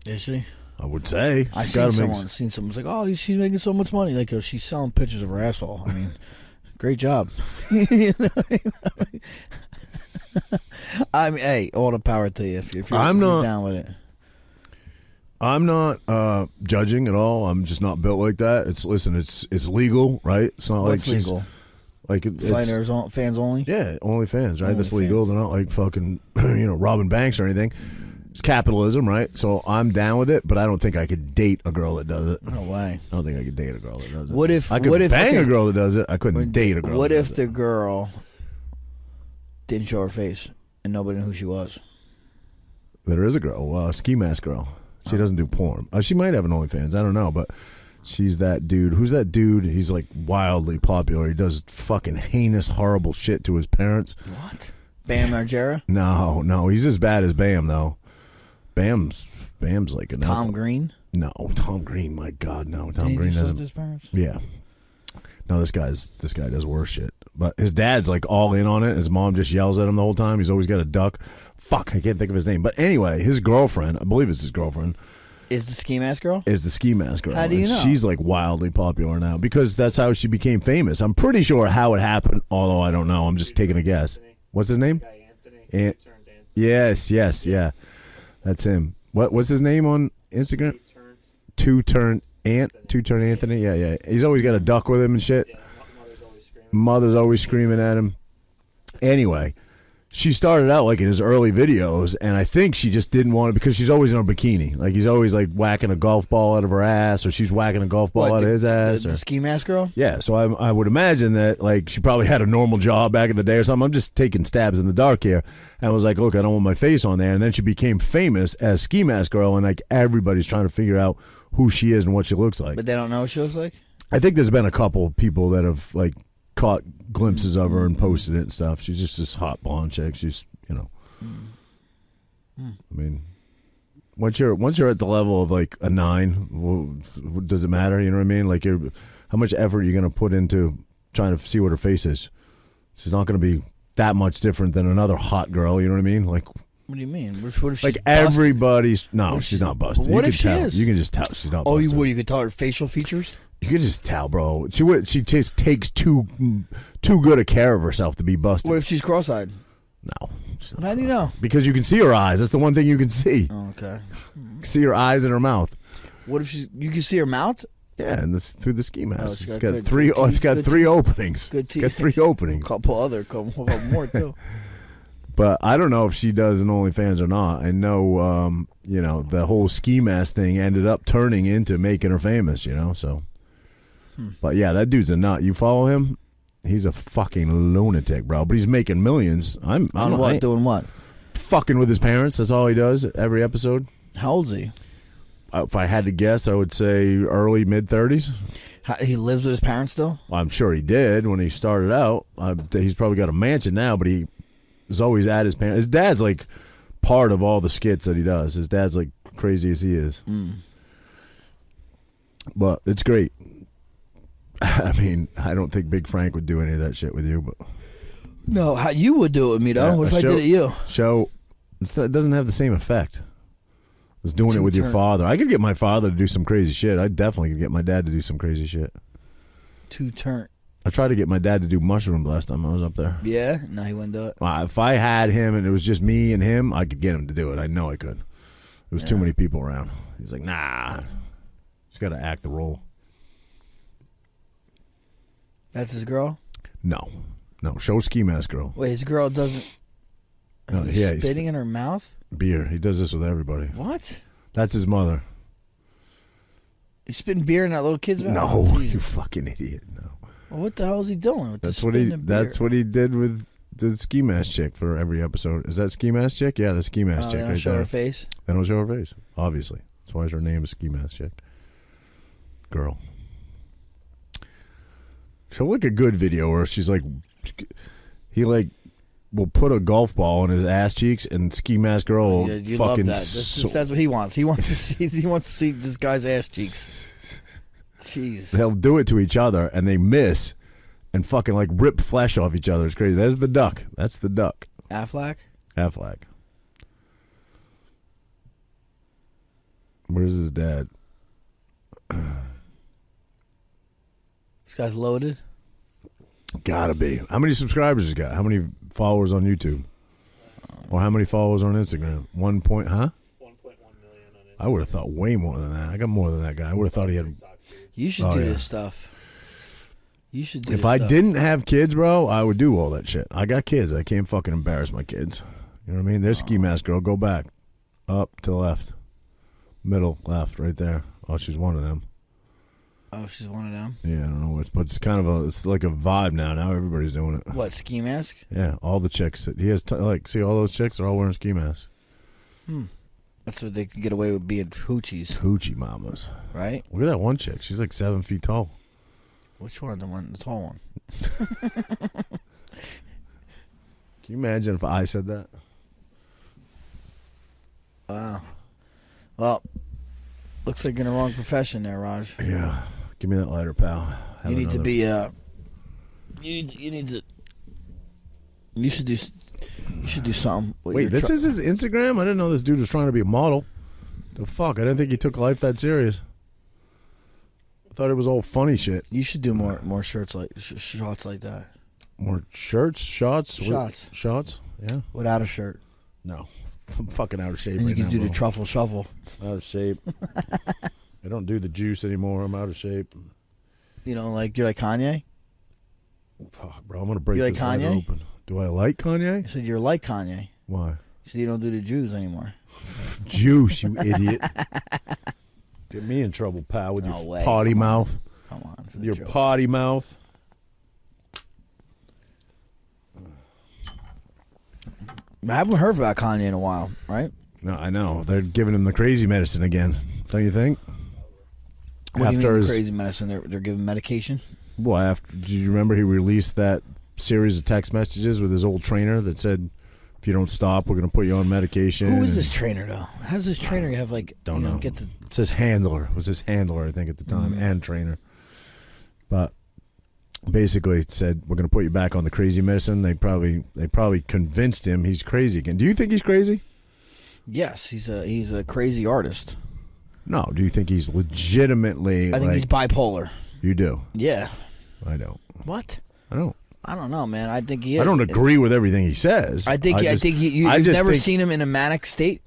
[SPEAKER 2] Is she?
[SPEAKER 1] I would say.
[SPEAKER 2] I
[SPEAKER 1] She's
[SPEAKER 2] seen
[SPEAKER 1] gotta make-
[SPEAKER 2] someone. Seen someone's like, oh, she's making so much money. Like, oh, she's selling pictures of her asshole. I mean, great job. You know what I mean? I mean, hey, all the power to you if, you- if you're,
[SPEAKER 1] I'm
[SPEAKER 2] if you're
[SPEAKER 1] not-
[SPEAKER 2] down with it.
[SPEAKER 1] I'm not uh, judging at all. I'm just not built like that. It's listen. It's it's legal, right? It's not
[SPEAKER 2] What's
[SPEAKER 1] like
[SPEAKER 2] legal?
[SPEAKER 1] she's like it, it's,
[SPEAKER 2] Fighters, on- fans only.
[SPEAKER 1] Yeah, OnlyFans, right? That's
[SPEAKER 2] OnlyFans.
[SPEAKER 1] legal. They're not like fucking, you know, robbing banks or anything. It's capitalism, right? So I'm down with it, but I don't think I could date a girl that does it. I
[SPEAKER 2] No way.
[SPEAKER 1] don't think I could date a girl that does it.
[SPEAKER 2] What if-
[SPEAKER 1] I could
[SPEAKER 2] what if-
[SPEAKER 1] bang
[SPEAKER 2] okay.
[SPEAKER 1] a girl that does it? I couldn't date a girl.
[SPEAKER 2] What
[SPEAKER 1] that
[SPEAKER 2] if
[SPEAKER 1] does
[SPEAKER 2] the
[SPEAKER 1] it.
[SPEAKER 2] girl didn't show her face and nobody knew who she was?
[SPEAKER 1] there is a girl, uh, ski mask girl? She doesn't do porn. Uh, she might have an OnlyFans. I don't know, but she's that dude. Who's that dude? He's like wildly popular. He does fucking heinous, horrible shit to his parents.
[SPEAKER 2] What? Bam Margera,
[SPEAKER 1] No, no, he's as bad as Bam though. Bam's Bam's like an
[SPEAKER 2] Tom Green.
[SPEAKER 1] No, Tom Green. My God, no. Tom
[SPEAKER 2] Did he
[SPEAKER 1] Green
[SPEAKER 2] just
[SPEAKER 1] doesn't.
[SPEAKER 2] lose his parents?
[SPEAKER 1] Yeah. No, this guy's this guy does worse shit. But his dad's like all in on it. His mom just yells at him the whole time. He's always got a duck. Fuck, I can't think of his name. But anyway, his girlfriend, I believe it's his girlfriend,
[SPEAKER 2] Is the ski mask girl?
[SPEAKER 1] is the ski mask girl.
[SPEAKER 2] How do you
[SPEAKER 1] And
[SPEAKER 2] know?
[SPEAKER 1] She's like wildly popular now because that's how she became famous. I'm pretty sure how it happened, although I don't know. I'm just taking a guess. What's his name? An- yes, yes, yeah. That's him. What what's his name on Instagram? Two turn Ant, two turn Anthony. Yeah, yeah. He's always got a duck with him and shit. Mother's always screaming at him. Anyway, she started out like in his early videos, and I think she just didn't want it because she's always in her bikini. Like he's always like whacking a golf ball out of her ass, or she's whacking a golf ball
[SPEAKER 2] What,
[SPEAKER 1] out
[SPEAKER 2] the-
[SPEAKER 1] of his ass.
[SPEAKER 2] The,
[SPEAKER 1] or-
[SPEAKER 2] the ski mask girl?
[SPEAKER 1] yeah, so I, I would imagine that like she probably had a normal job back in the day or something. I'm just taking stabs in the dark here, and was like, look, I don't want my face on there. And then she became famous as ski mask girl, and like everybody's trying to figure out who she is and what she looks like.
[SPEAKER 2] But they don't know what she looks like?
[SPEAKER 1] I think there's been a couple people that have like caught glimpses of her and
[SPEAKER 2] Mm-hmm.
[SPEAKER 1] posted it and stuff. She's just this hot blonde chick. She's you know,
[SPEAKER 2] Mm-hmm. Mm.
[SPEAKER 1] I mean, once you're once you're at the level of like a nine, well, does it matter? You know what I mean? Like, you're how much effort are you gonna put into trying to see what her face is? She's not gonna be that much different than another hot girl. You know what I mean? Like,
[SPEAKER 2] What do you mean? What if, what if she's
[SPEAKER 1] like everybody's no,
[SPEAKER 2] What if
[SPEAKER 1] she's
[SPEAKER 2] she-
[SPEAKER 1] not busted.
[SPEAKER 2] what
[SPEAKER 1] you
[SPEAKER 2] if
[SPEAKER 1] can
[SPEAKER 2] she
[SPEAKER 1] tell.
[SPEAKER 2] is?
[SPEAKER 1] You can just tell she's not.
[SPEAKER 2] Oh, you
[SPEAKER 1] busted.
[SPEAKER 2] would. You could tell her facial features.
[SPEAKER 1] You can just tell, bro. She would. She just takes too too good a care of herself to be busted.
[SPEAKER 2] What if she's cross-eyed?
[SPEAKER 1] no, she's not.
[SPEAKER 2] How do you know?
[SPEAKER 1] because you can see her eyes. That's the one thing you can see.
[SPEAKER 2] Oh, okay.
[SPEAKER 1] See her eyes and her mouth.
[SPEAKER 2] What if she's? You can see her mouth.
[SPEAKER 1] Yeah, and this through the ski mask.
[SPEAKER 2] Oh,
[SPEAKER 1] it's
[SPEAKER 2] she's
[SPEAKER 1] got,
[SPEAKER 2] got good-
[SPEAKER 1] three.
[SPEAKER 2] good
[SPEAKER 1] oh, it's
[SPEAKER 2] teeth,
[SPEAKER 1] got
[SPEAKER 2] good
[SPEAKER 1] three openings.
[SPEAKER 2] Good
[SPEAKER 1] It's got
[SPEAKER 2] teeth.
[SPEAKER 1] three openings.
[SPEAKER 2] Couple other, couple, couple more too.
[SPEAKER 1] But I don't know if she does an OnlyFans or not. I know, um, you know, the whole ski mask thing ended up turning into making her famous. You know, so. But yeah, that dude's a nut. You follow him? He's a fucking lunatic, bro. But he's making millions. I'm. I don't know. I-
[SPEAKER 2] what? Doing what?
[SPEAKER 1] fucking with his parents. That's all he does every episode.
[SPEAKER 2] How old's he?
[SPEAKER 1] Uh, If I had to guess, I would say early mid thirties.
[SPEAKER 2] How, he lives with his parents still.
[SPEAKER 1] I'm sure he did when he started out. Uh, he's probably got a mansion now, but he is always at his parents. His dad's like part of all the skits that he does. His dad's like crazy as he is, but it's great. I mean, I don't think Big Frank would do any of that shit with you, but
[SPEAKER 2] No, how you would do it with me though?
[SPEAKER 1] Yeah,
[SPEAKER 2] what if
[SPEAKER 1] a
[SPEAKER 2] I
[SPEAKER 1] show-
[SPEAKER 2] did it to you?
[SPEAKER 1] show it's, it doesn't have the same effect as doing it
[SPEAKER 2] Two
[SPEAKER 1] with your
[SPEAKER 2] turn-
[SPEAKER 1] father. I could get my father to do some crazy shit. I definitely could get my dad to do some crazy shit.
[SPEAKER 2] Two turn.
[SPEAKER 1] I tried to get my dad to do mushrooms last time I was up there.
[SPEAKER 2] Yeah. No, he wouldn't do it.
[SPEAKER 1] Uh, If I had him and it was just me and him, I could get him to do it. I know I could. There was too many people around. He's like, nah. He's got to act the role.
[SPEAKER 2] That's his girl.
[SPEAKER 1] No, no. Show ski mask girl.
[SPEAKER 2] Wait, his girl doesn't.
[SPEAKER 1] No,
[SPEAKER 2] He's
[SPEAKER 1] Oh, yeah, he's
[SPEAKER 2] spitting in her mouth.
[SPEAKER 1] beer. He does this with everybody.
[SPEAKER 2] What?
[SPEAKER 1] That's his mother.
[SPEAKER 2] He's spitting beer in that little kid's mouth.
[SPEAKER 1] No, you fucking idiot. No.
[SPEAKER 2] Well, what the hell is he doing? With
[SPEAKER 1] That's
[SPEAKER 2] the
[SPEAKER 1] what he.
[SPEAKER 2] spitting of beer?
[SPEAKER 1] That's what he did with the ski mask chick for every episode. Is that ski mask chick? Yeah, the ski mask
[SPEAKER 2] Oh, they
[SPEAKER 1] chick
[SPEAKER 2] don't
[SPEAKER 1] right
[SPEAKER 2] show
[SPEAKER 1] there.
[SPEAKER 2] her face.
[SPEAKER 1] They don't show her face. Obviously, that's why her name is ski mask chick. Girl. She'll like a good video where she's like, he like will put a golf ball on his ass cheeks and ski mask girl will
[SPEAKER 2] Oh, Yeah, you love
[SPEAKER 1] Oh, fucking
[SPEAKER 2] that. That's,
[SPEAKER 1] so-
[SPEAKER 2] that's what he wants. He wants to see. He wants to see this guy's ass cheeks. Jeez.
[SPEAKER 1] they'll do it to each other and they miss and fucking like rip flesh off each other. It's crazy. That's the duck. That's the duck.
[SPEAKER 2] Affleck.
[SPEAKER 1] Affleck. Where's his dad?
[SPEAKER 2] This guy's loaded.
[SPEAKER 1] Gotta be. How many subscribers he got? How many followers on YouTube? Or how many followers on Instagram? One point, huh? I would have thought way more than that. I got more than that guy. I would have thought he had.
[SPEAKER 2] You should
[SPEAKER 1] Oh,
[SPEAKER 2] do
[SPEAKER 1] yeah.
[SPEAKER 2] this stuff. You should do.
[SPEAKER 1] If
[SPEAKER 2] this
[SPEAKER 1] I
[SPEAKER 2] stuff.
[SPEAKER 1] didn't have kids, bro, I would do all that shit. I got kids. I can't fucking embarrass my kids. You know what I mean? They're ski mask girl. Go back, up to left, middle left, right there. Oh, she's one of them.
[SPEAKER 2] oh, she's one of them.
[SPEAKER 1] Yeah, I don't know what, it's- but it's kind of a, it's like a vibe now. Now everybody's doing it.
[SPEAKER 2] What ski mask?
[SPEAKER 1] Yeah, all the chicks. That he has, t- like, see, all those chicks are all wearing ski masks.
[SPEAKER 2] That's what they can get away with being hoochies,
[SPEAKER 1] Hoochie mamas.
[SPEAKER 2] right?
[SPEAKER 1] Look at that one chick. She's like seven feet tall.
[SPEAKER 2] Which one? The one, the tall one.
[SPEAKER 1] Can you imagine if I said that?
[SPEAKER 2] Wow. Well, looks like you're in the wrong profession there, Raj.
[SPEAKER 1] Yeah. Give me that lighter, pal. Have
[SPEAKER 2] you need to
[SPEAKER 1] another-
[SPEAKER 2] be. Uh, you need. You need to. You should do. s- You should do something. with
[SPEAKER 1] Wait,
[SPEAKER 2] your
[SPEAKER 1] this
[SPEAKER 2] tru-
[SPEAKER 1] is his Instagram. I didn't know this dude was trying to be a model. The fuck? I didn't think he took life that serious. I thought it was all funny shit.
[SPEAKER 2] You should do more more shirts like sh- shots like that
[SPEAKER 1] More shirts, shots, what-
[SPEAKER 2] Shots.
[SPEAKER 1] shots. Yeah.
[SPEAKER 2] without a shirt,
[SPEAKER 1] No, I'm fucking out of shape.
[SPEAKER 2] and you
[SPEAKER 1] right
[SPEAKER 2] can
[SPEAKER 1] now,
[SPEAKER 2] do the
[SPEAKER 1] bro.
[SPEAKER 2] truffle shuffle.
[SPEAKER 1] out of shape. I don't do the juice anymore. I'm out of shape.
[SPEAKER 2] You know, like you're like Kanye.
[SPEAKER 1] Fuck, bro. I'm gonna break
[SPEAKER 2] You like
[SPEAKER 1] this line
[SPEAKER 2] Kanye?
[SPEAKER 1] open. Do I like Kanye?
[SPEAKER 2] You said you're like Kanye.
[SPEAKER 1] Why?
[SPEAKER 2] You said you don't do the Jews anymore.
[SPEAKER 1] Juice, you idiot. Get me in trouble, pal, with
[SPEAKER 2] No
[SPEAKER 1] your
[SPEAKER 2] way,
[SPEAKER 1] potty mouth.
[SPEAKER 2] Come on, it's a
[SPEAKER 1] With your
[SPEAKER 2] joke.
[SPEAKER 1] potty mouth.
[SPEAKER 2] I haven't heard about Kanye in a while, right?
[SPEAKER 1] No, I know. They're giving him the crazy medicine again. Don't you think?
[SPEAKER 2] What do you
[SPEAKER 1] After
[SPEAKER 2] mean
[SPEAKER 1] his-
[SPEAKER 2] crazy medicine? They're, they're giving medication.
[SPEAKER 1] Well, after do you remember he released that series of text messages with his old trainer that said, "If you don't stop, we're going to put you on medication."
[SPEAKER 2] Who is
[SPEAKER 1] and-
[SPEAKER 2] this trainer though? How does this trainer have like?
[SPEAKER 1] Don't
[SPEAKER 2] you
[SPEAKER 1] know.
[SPEAKER 2] Get the
[SPEAKER 1] It's his handler. It was his handler, I think, at the time,
[SPEAKER 2] Mm.
[SPEAKER 1] and trainer. But basically, said we're going to put you back on the crazy medicine. They probably they probably convinced him he's crazy again. Do you think he's crazy?
[SPEAKER 2] yes, he's a he's a crazy artist.
[SPEAKER 1] No. Do you think he's legitimately?
[SPEAKER 2] I think
[SPEAKER 1] like,
[SPEAKER 2] he's bipolar.
[SPEAKER 1] you do.
[SPEAKER 2] Yeah.
[SPEAKER 1] I don't.
[SPEAKER 2] What?
[SPEAKER 1] I don't.
[SPEAKER 2] I don't know, man. I think he. Is.
[SPEAKER 1] I don't agree with everything he says.
[SPEAKER 2] I think I,
[SPEAKER 1] just-
[SPEAKER 2] think he, you,
[SPEAKER 1] I
[SPEAKER 2] you've
[SPEAKER 1] just
[SPEAKER 2] never
[SPEAKER 1] think-
[SPEAKER 2] seen him in a manic state.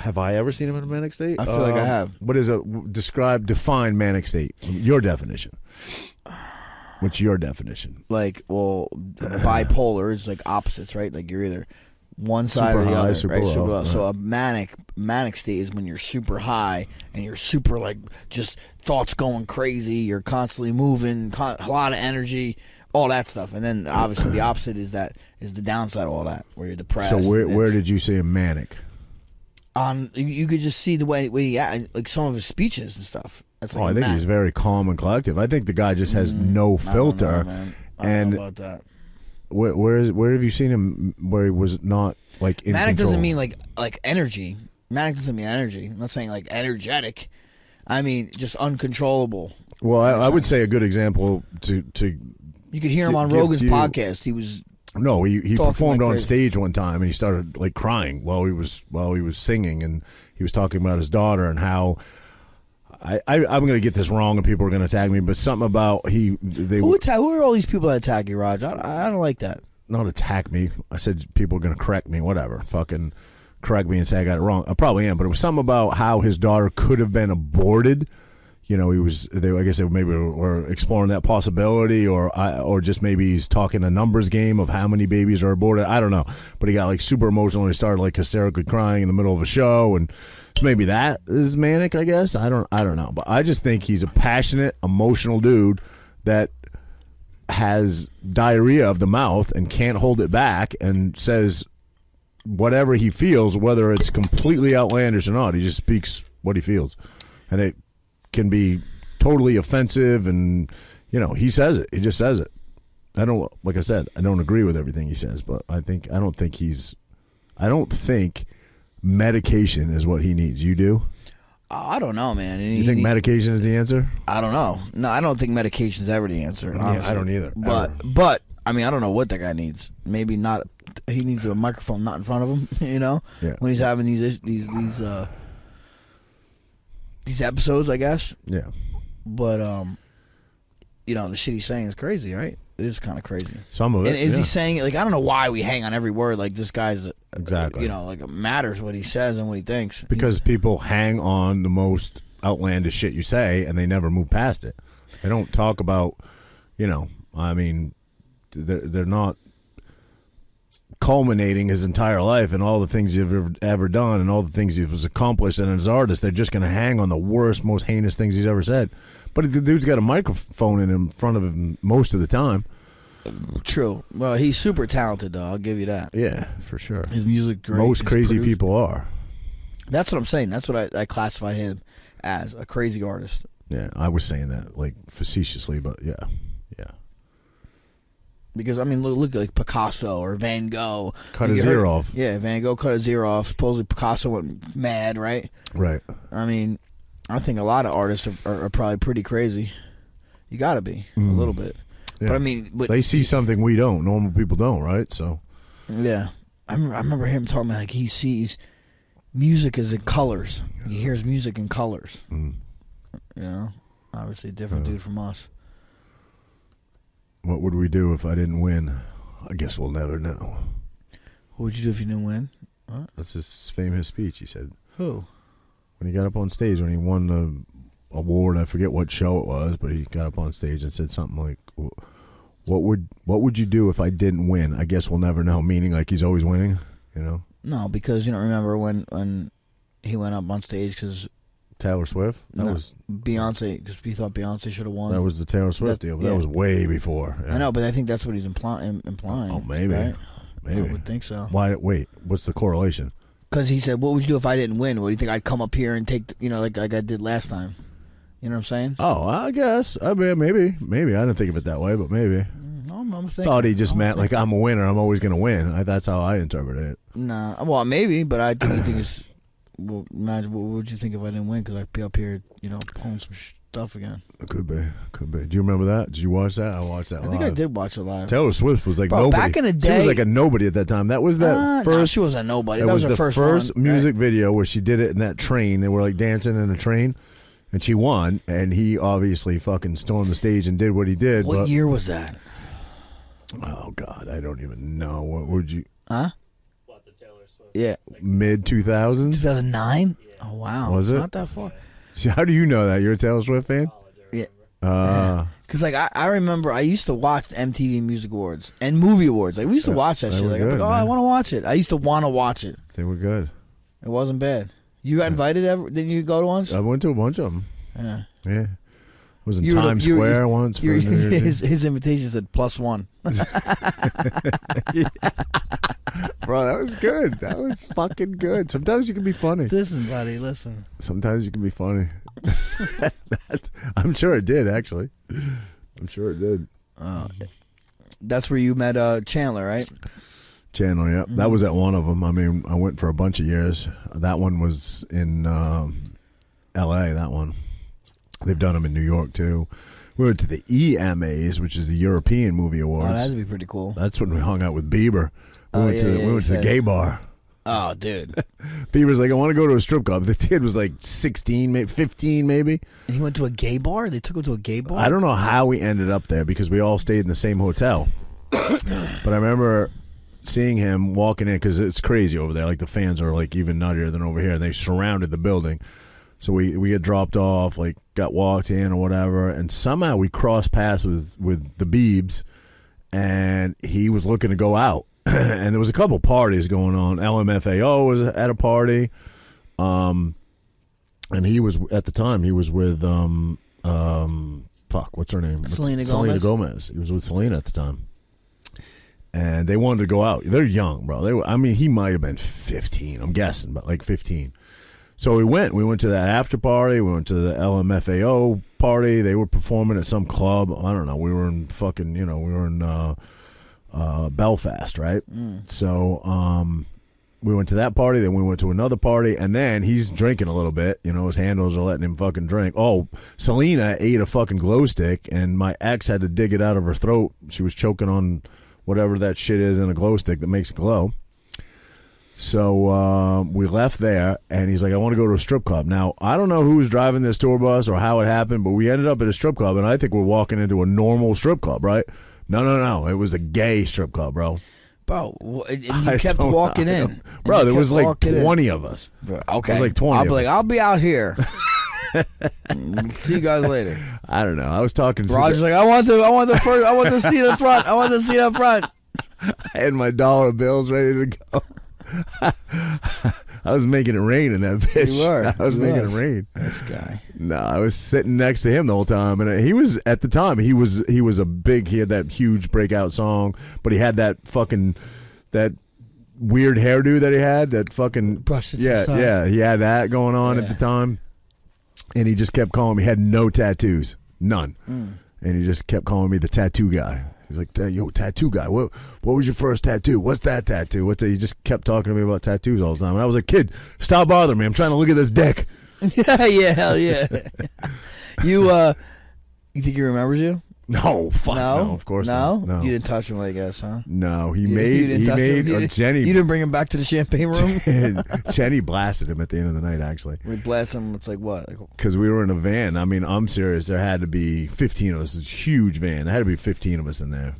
[SPEAKER 1] Have I ever seen him in a manic state? Um,
[SPEAKER 2] I feel like I have.
[SPEAKER 1] What is a describe define manic state? Your definition. What's your definition?
[SPEAKER 2] Like, well, bipolar is like opposites, right? Like you're either one side or
[SPEAKER 1] Super
[SPEAKER 2] the
[SPEAKER 1] high,
[SPEAKER 2] other,
[SPEAKER 1] super
[SPEAKER 2] right?
[SPEAKER 1] low,
[SPEAKER 2] super low. So
[SPEAKER 1] right.
[SPEAKER 2] a manic manic state is when you're super high and you're super like just thoughts going crazy. You're constantly moving, con- a lot of energy, all that stuff. And then obviously the opposite is that is the downside of all that, where you're depressed.
[SPEAKER 1] So where
[SPEAKER 2] and
[SPEAKER 1] where
[SPEAKER 2] it's-
[SPEAKER 1] did you see him manic?
[SPEAKER 2] on you- you could just see the way way he act, like some of his speeches and stuff. That's like
[SPEAKER 1] Oh, I think
[SPEAKER 2] mad. Mm,
[SPEAKER 1] he's very calm and collective. I think the guy just has no
[SPEAKER 2] I don't know,
[SPEAKER 1] filter.
[SPEAKER 2] man. I don't know
[SPEAKER 1] and
[SPEAKER 2] about that.
[SPEAKER 1] where, where is where have you seen him where he was not like in
[SPEAKER 2] manic
[SPEAKER 1] control?
[SPEAKER 2] doesn't mean like like energy. Manic doesn't mean energy. I'm not saying like energetic. I mean just uncontrollable.
[SPEAKER 1] Well, I, I would say a good example to to
[SPEAKER 2] You could hear him
[SPEAKER 1] Gi-
[SPEAKER 2] on
[SPEAKER 1] give
[SPEAKER 2] Rogan's
[SPEAKER 1] you-
[SPEAKER 2] podcast. He was
[SPEAKER 1] No, he, he
[SPEAKER 2] Talking
[SPEAKER 1] performed
[SPEAKER 2] like
[SPEAKER 1] on
[SPEAKER 2] crazy.
[SPEAKER 1] stage one time and he started like crying while he was while he was singing and he was talking about his daughter and how I, I I'm gonna get this wrong and people are gonna attack me, but something about he they
[SPEAKER 2] who
[SPEAKER 1] would
[SPEAKER 2] attack? Who are all these people that attack you, Raj? I, I don't like that.
[SPEAKER 1] not attack me. I said people are gonna correct me, whatever. Fucking correct me and say I got it wrong. I probably am, but it was something about how his daughter could have been aborted. You know, he was. They, I guess they maybe were exploring that possibility, or I, or just maybe he's talking a numbers game of how many babies are aborted. I don't know, but he got like super emotional. and He started like hysterically crying in the middle of a show, and maybe that is manic. I guess I don't. I don't know, but I just think he's a passionate, emotional dude that has diarrhea of the mouth and can't hold it back and says whatever he feels, whether it's completely outlandish or not. He just speaks what he feels. And it can be totally offensive and you know, he says it. He just says it. I don't like I said, I don't agree with everything he says, but I think I don't think he's I don't think medication is what he needs. You do?
[SPEAKER 2] I I don't know, man. And
[SPEAKER 1] You
[SPEAKER 2] he-
[SPEAKER 1] think
[SPEAKER 2] he-
[SPEAKER 1] medication is the answer?
[SPEAKER 2] I don't know. No, I don't think medication's ever the answer. honestly.
[SPEAKER 1] I don't either,
[SPEAKER 2] But
[SPEAKER 1] ever.
[SPEAKER 2] but I mean, I don't know what that guy needs. Maybe not. He needs a microphone not in front of him. You know,
[SPEAKER 1] Yeah.
[SPEAKER 2] when he's having these is- these these uh these episodes, I guess.
[SPEAKER 1] Yeah.
[SPEAKER 2] But um, you know, the shit he's saying is crazy, right? It is kind of crazy.
[SPEAKER 1] Some of it.
[SPEAKER 2] And is
[SPEAKER 1] yeah.
[SPEAKER 2] he saying like I don't know why we hang on every word like this guy's uh,
[SPEAKER 1] Exactly.
[SPEAKER 2] you know like it matters what he says and what he thinks
[SPEAKER 1] because people hang on the most outlandish shit you say and they never move past it they don't talk about you know i mean they're, they're not culminating his entire life and all the things you've ever, ever done and all the things he was accomplished and as an artist they're just going to hang on the worst most heinous things he's ever said but the dude's got a microphone in, in front of him most of the time
[SPEAKER 2] true. Well, he's super talented though. I'll give you that.
[SPEAKER 1] yeah for sure
[SPEAKER 2] His music great.
[SPEAKER 1] most
[SPEAKER 2] His
[SPEAKER 1] crazy
[SPEAKER 2] produ-
[SPEAKER 1] people are
[SPEAKER 2] That's what I'm saying. That's what I, I classify him as a crazy artist.
[SPEAKER 1] yeah i was saying that like facetiously but yeah yeah
[SPEAKER 2] Because I mean, look, look at, like Picasso or Van Gogh.
[SPEAKER 1] Cut
[SPEAKER 2] Like,
[SPEAKER 1] his
[SPEAKER 2] you
[SPEAKER 1] ear
[SPEAKER 2] heard-
[SPEAKER 1] off.
[SPEAKER 2] Yeah, Van Gogh cut his ear off. Supposedly Picasso went mad, right?
[SPEAKER 1] right
[SPEAKER 2] I mean, I think a lot of artists are, are, are probably pretty crazy. You got to be a little bit.
[SPEAKER 1] Mm-hmm. Yeah.
[SPEAKER 2] But I mean, but
[SPEAKER 1] they see something we don't. Normal people don't, right? So
[SPEAKER 2] yeah, I remember, I remember him talking about like he sees music is in colors. He hears music in colors.
[SPEAKER 1] mm,
[SPEAKER 2] You know, obviously a different dude from us.
[SPEAKER 1] What would we do if I didn't win? I guess we'll never know.
[SPEAKER 2] What would you do if you didn't win?
[SPEAKER 1] That's his famous speech. He said
[SPEAKER 2] Who?
[SPEAKER 1] when he got up on stage when he won the award. I forget what show it was, but he got up on stage and said something like, "What would what would you do if I didn't win? I guess we'll never know." Meaning like he's always winning, you know.
[SPEAKER 2] No, because you don't remember when when he went up on stage because
[SPEAKER 1] Taylor Swift. That was
[SPEAKER 2] Beyonce because we thought Beyonce should have won.
[SPEAKER 1] that was the Taylor Swift
[SPEAKER 2] That-
[SPEAKER 1] deal, but
[SPEAKER 2] yeah.
[SPEAKER 1] that was way before.
[SPEAKER 2] I know, but I think that's what he's implying. implying
[SPEAKER 1] Oh, maybe.
[SPEAKER 2] right?
[SPEAKER 1] Maybe.
[SPEAKER 2] I would think so.
[SPEAKER 1] Why? Wait, what's the correlation?
[SPEAKER 2] Because he said, "What would you do if I didn't win? What do you think I'd come up here and take? The, you know, like like I did last time. You know what I'm saying?
[SPEAKER 1] Oh, I guess. I mean, maybe, maybe. I didn't think of it that way, but maybe.
[SPEAKER 2] No, Mm, I'm, I'm thinking.
[SPEAKER 1] Thought he just
[SPEAKER 2] I'm
[SPEAKER 1] meant like
[SPEAKER 2] thinking-
[SPEAKER 1] I'm a winner. I'm always gonna win. I, that's how I interpreted it.
[SPEAKER 2] Nah, well, maybe, but I think he thinks. Well, imagine what would you think if I didn't win? Because I'd be up here, you know, pulling some stuff again.
[SPEAKER 1] It Could be, could be. Do you remember that? Did you watch that? I watched that.
[SPEAKER 2] I think I
[SPEAKER 1] live.
[SPEAKER 2] did watch it live.
[SPEAKER 1] Taylor Swift was like
[SPEAKER 2] Bro,
[SPEAKER 1] nobody.
[SPEAKER 2] back in the
[SPEAKER 1] she was
[SPEAKER 2] day-
[SPEAKER 1] like a nobody at that time. That was that
[SPEAKER 2] Uh, nah,
[SPEAKER 1] first.
[SPEAKER 2] she was a nobody.
[SPEAKER 1] That
[SPEAKER 2] That
[SPEAKER 1] was,
[SPEAKER 2] her
[SPEAKER 1] the
[SPEAKER 2] first,
[SPEAKER 1] first,
[SPEAKER 2] one, right?
[SPEAKER 1] music video where she did it in that train. They were like dancing in a train, and she won. And he obviously fucking stormed the stage and did what he did.
[SPEAKER 2] What
[SPEAKER 1] but,
[SPEAKER 2] year was that?
[SPEAKER 1] Oh God, I don't even know. What would you?
[SPEAKER 2] Huh? Yeah,
[SPEAKER 1] Mid two thousands?
[SPEAKER 2] 2009. Oh wow,
[SPEAKER 1] Was it?
[SPEAKER 2] not that far?
[SPEAKER 1] How do you know that? You're a Taylor Swift fan?
[SPEAKER 2] Yeah.
[SPEAKER 1] Uh,
[SPEAKER 2] Cause like I, I remember I used to watch MTV Music Awards and Movie Awards. Like we used to watch that
[SPEAKER 1] they
[SPEAKER 2] shit.
[SPEAKER 1] were
[SPEAKER 2] Like, I'm
[SPEAKER 1] good,
[SPEAKER 2] like oh, I
[SPEAKER 1] man.
[SPEAKER 2] want to watch it. I used to want to watch it.
[SPEAKER 1] they were good.
[SPEAKER 2] It wasn't bad. You got invited ever? Didn't you go to once?
[SPEAKER 1] I went to a bunch of them.
[SPEAKER 2] yeah.
[SPEAKER 1] Yeah, I was in
[SPEAKER 2] You were the-
[SPEAKER 1] Times
[SPEAKER 2] you were-
[SPEAKER 1] Square once for
[SPEAKER 2] Your,
[SPEAKER 1] New Year's Eve.
[SPEAKER 2] his his invitation said plus one.
[SPEAKER 1] Bro, that was good. That was fucking good. Sometimes you can be funny.
[SPEAKER 2] Listen, buddy, listen.
[SPEAKER 1] Sometimes you can be funny. That- I'm sure it did, actually. I'm sure it did.
[SPEAKER 2] Uh, That's where you met uh, Chandler, right?
[SPEAKER 1] Channel, yeah.
[SPEAKER 2] Mm-hmm.
[SPEAKER 1] That was at one of them. I mean, I went for a bunch of years. That one was in um, L.A., that one. They've done them in New York, too. We went to the EMAs, which is the European Movie
[SPEAKER 2] Oh,
[SPEAKER 1] Awards.
[SPEAKER 2] that'd be pretty cool.
[SPEAKER 1] That's when we hung out with Bieber. We
[SPEAKER 2] Oh,
[SPEAKER 1] went to
[SPEAKER 2] yeah,
[SPEAKER 1] the,
[SPEAKER 2] yeah,
[SPEAKER 1] we went
[SPEAKER 2] you
[SPEAKER 1] to the
[SPEAKER 2] said.
[SPEAKER 1] gay bar.
[SPEAKER 2] Oh, dude.
[SPEAKER 1] Bieber's like, I want to go to a strip club. The kid was like 16, maybe 15, maybe.
[SPEAKER 2] And he went to a gay bar. They took him to a gay bar.
[SPEAKER 1] I don't know how we ended up there because we all stayed in the same hotel. but I remember seeing him walking in because it's crazy over there. Like the fans are like even nuttier than over here, and they surrounded the building. So we we had dropped off, like got walked in or whatever, and somehow we crossed paths with with the Beebs, and he was looking to go out, and there was a couple parties going on. LMFAO was at a party, um, and he was at the time he was with um um fuck what's her name What's-
[SPEAKER 2] Selena
[SPEAKER 1] Selena Gomez. He was with Selena at the time. And they wanted to go out. They're young, bro. They were, I mean, he might have been 15, I'm guessing, but like 15. So we went. We went to that after party. We went to the LMFAO party. They were performing at some club. I don't know. We were in fucking, you know, we were in uh, uh, Belfast, right? So um, we went to that party. Then we went to another party. And then he's drinking a little bit. You know, his handles are letting him fucking drink. Oh, Selena ate a fucking glow stick, and my ex had to dig it out of her throat. She was choking on whatever that shit is in a glow stick that makes it glow. So um, we left there, and he's like, "I want to go to a strip club." Now I don't know who was driving this tour bus or how it happened, but we ended up at a strip club, and I think we're walking into a normal strip club, right? No, no, no, it was a gay strip club, bro.
[SPEAKER 2] Bro, wh- and and you
[SPEAKER 1] I
[SPEAKER 2] kept
[SPEAKER 1] don't-
[SPEAKER 2] walking
[SPEAKER 1] I
[SPEAKER 2] in.
[SPEAKER 1] don't-
[SPEAKER 2] And
[SPEAKER 1] bro.
[SPEAKER 2] you
[SPEAKER 1] There
[SPEAKER 2] kept
[SPEAKER 1] was like
[SPEAKER 2] walking in.
[SPEAKER 1] twenty of us.
[SPEAKER 2] Okay.
[SPEAKER 1] It was like 20
[SPEAKER 2] I'll be
[SPEAKER 1] of
[SPEAKER 2] like,
[SPEAKER 1] us.
[SPEAKER 2] I'll be out here. See you guys later.
[SPEAKER 1] I don't know. I was talking to
[SPEAKER 2] Roger's
[SPEAKER 1] the-
[SPEAKER 2] like, I want the, I want the first, I want the seat up front. I want the seat up front.
[SPEAKER 1] I had my dollar bills ready to go. I was making it rain in that bitch.
[SPEAKER 2] You were.
[SPEAKER 1] I was
[SPEAKER 2] You
[SPEAKER 1] making
[SPEAKER 2] was.
[SPEAKER 1] it rain.
[SPEAKER 2] This guy.
[SPEAKER 1] No, I was sitting next to him the whole time, and he was at the time he was he was a big he had that huge breakout song, but he had that fucking that weird hairdo that he had that fucking
[SPEAKER 2] Brushed it to the
[SPEAKER 1] yeah
[SPEAKER 2] side.
[SPEAKER 1] yeah he had that going on at the
[SPEAKER 2] Yeah.
[SPEAKER 1] time, and he just kept calling me. He had no tattoos, none,
[SPEAKER 2] Mm.
[SPEAKER 1] and he just kept calling me the tattoo guy. He's like, "Yo, tattoo guy, what what was your first tattoo? What's that tattoo? What's that?" He just kept talking to me about tattoos all the time, and I was like, "Kid, stop bothering me. I'm trying to look at this dick."
[SPEAKER 2] yeah, yeah, hell yeah. you, uh, you think he remembers you?
[SPEAKER 1] No, fuck
[SPEAKER 2] No,
[SPEAKER 1] Oh, no, of course
[SPEAKER 2] no?
[SPEAKER 1] not. No,
[SPEAKER 2] You didn't touch him, I guess, huh?
[SPEAKER 1] no, he
[SPEAKER 2] You- you
[SPEAKER 1] made
[SPEAKER 2] didn't
[SPEAKER 1] he
[SPEAKER 2] touch him.
[SPEAKER 1] made
[SPEAKER 2] You
[SPEAKER 1] a
[SPEAKER 2] didn't-
[SPEAKER 1] Jenny.
[SPEAKER 2] You didn't bring him back to the champagne room.
[SPEAKER 1] Jenny blasted him at the end of the night, actually,
[SPEAKER 2] we blast him. It's like what? Like,
[SPEAKER 1] because we were in a van. I mean, I'm serious. There had to be 15 of us. It's a huge van. There had to be 15 of us in there.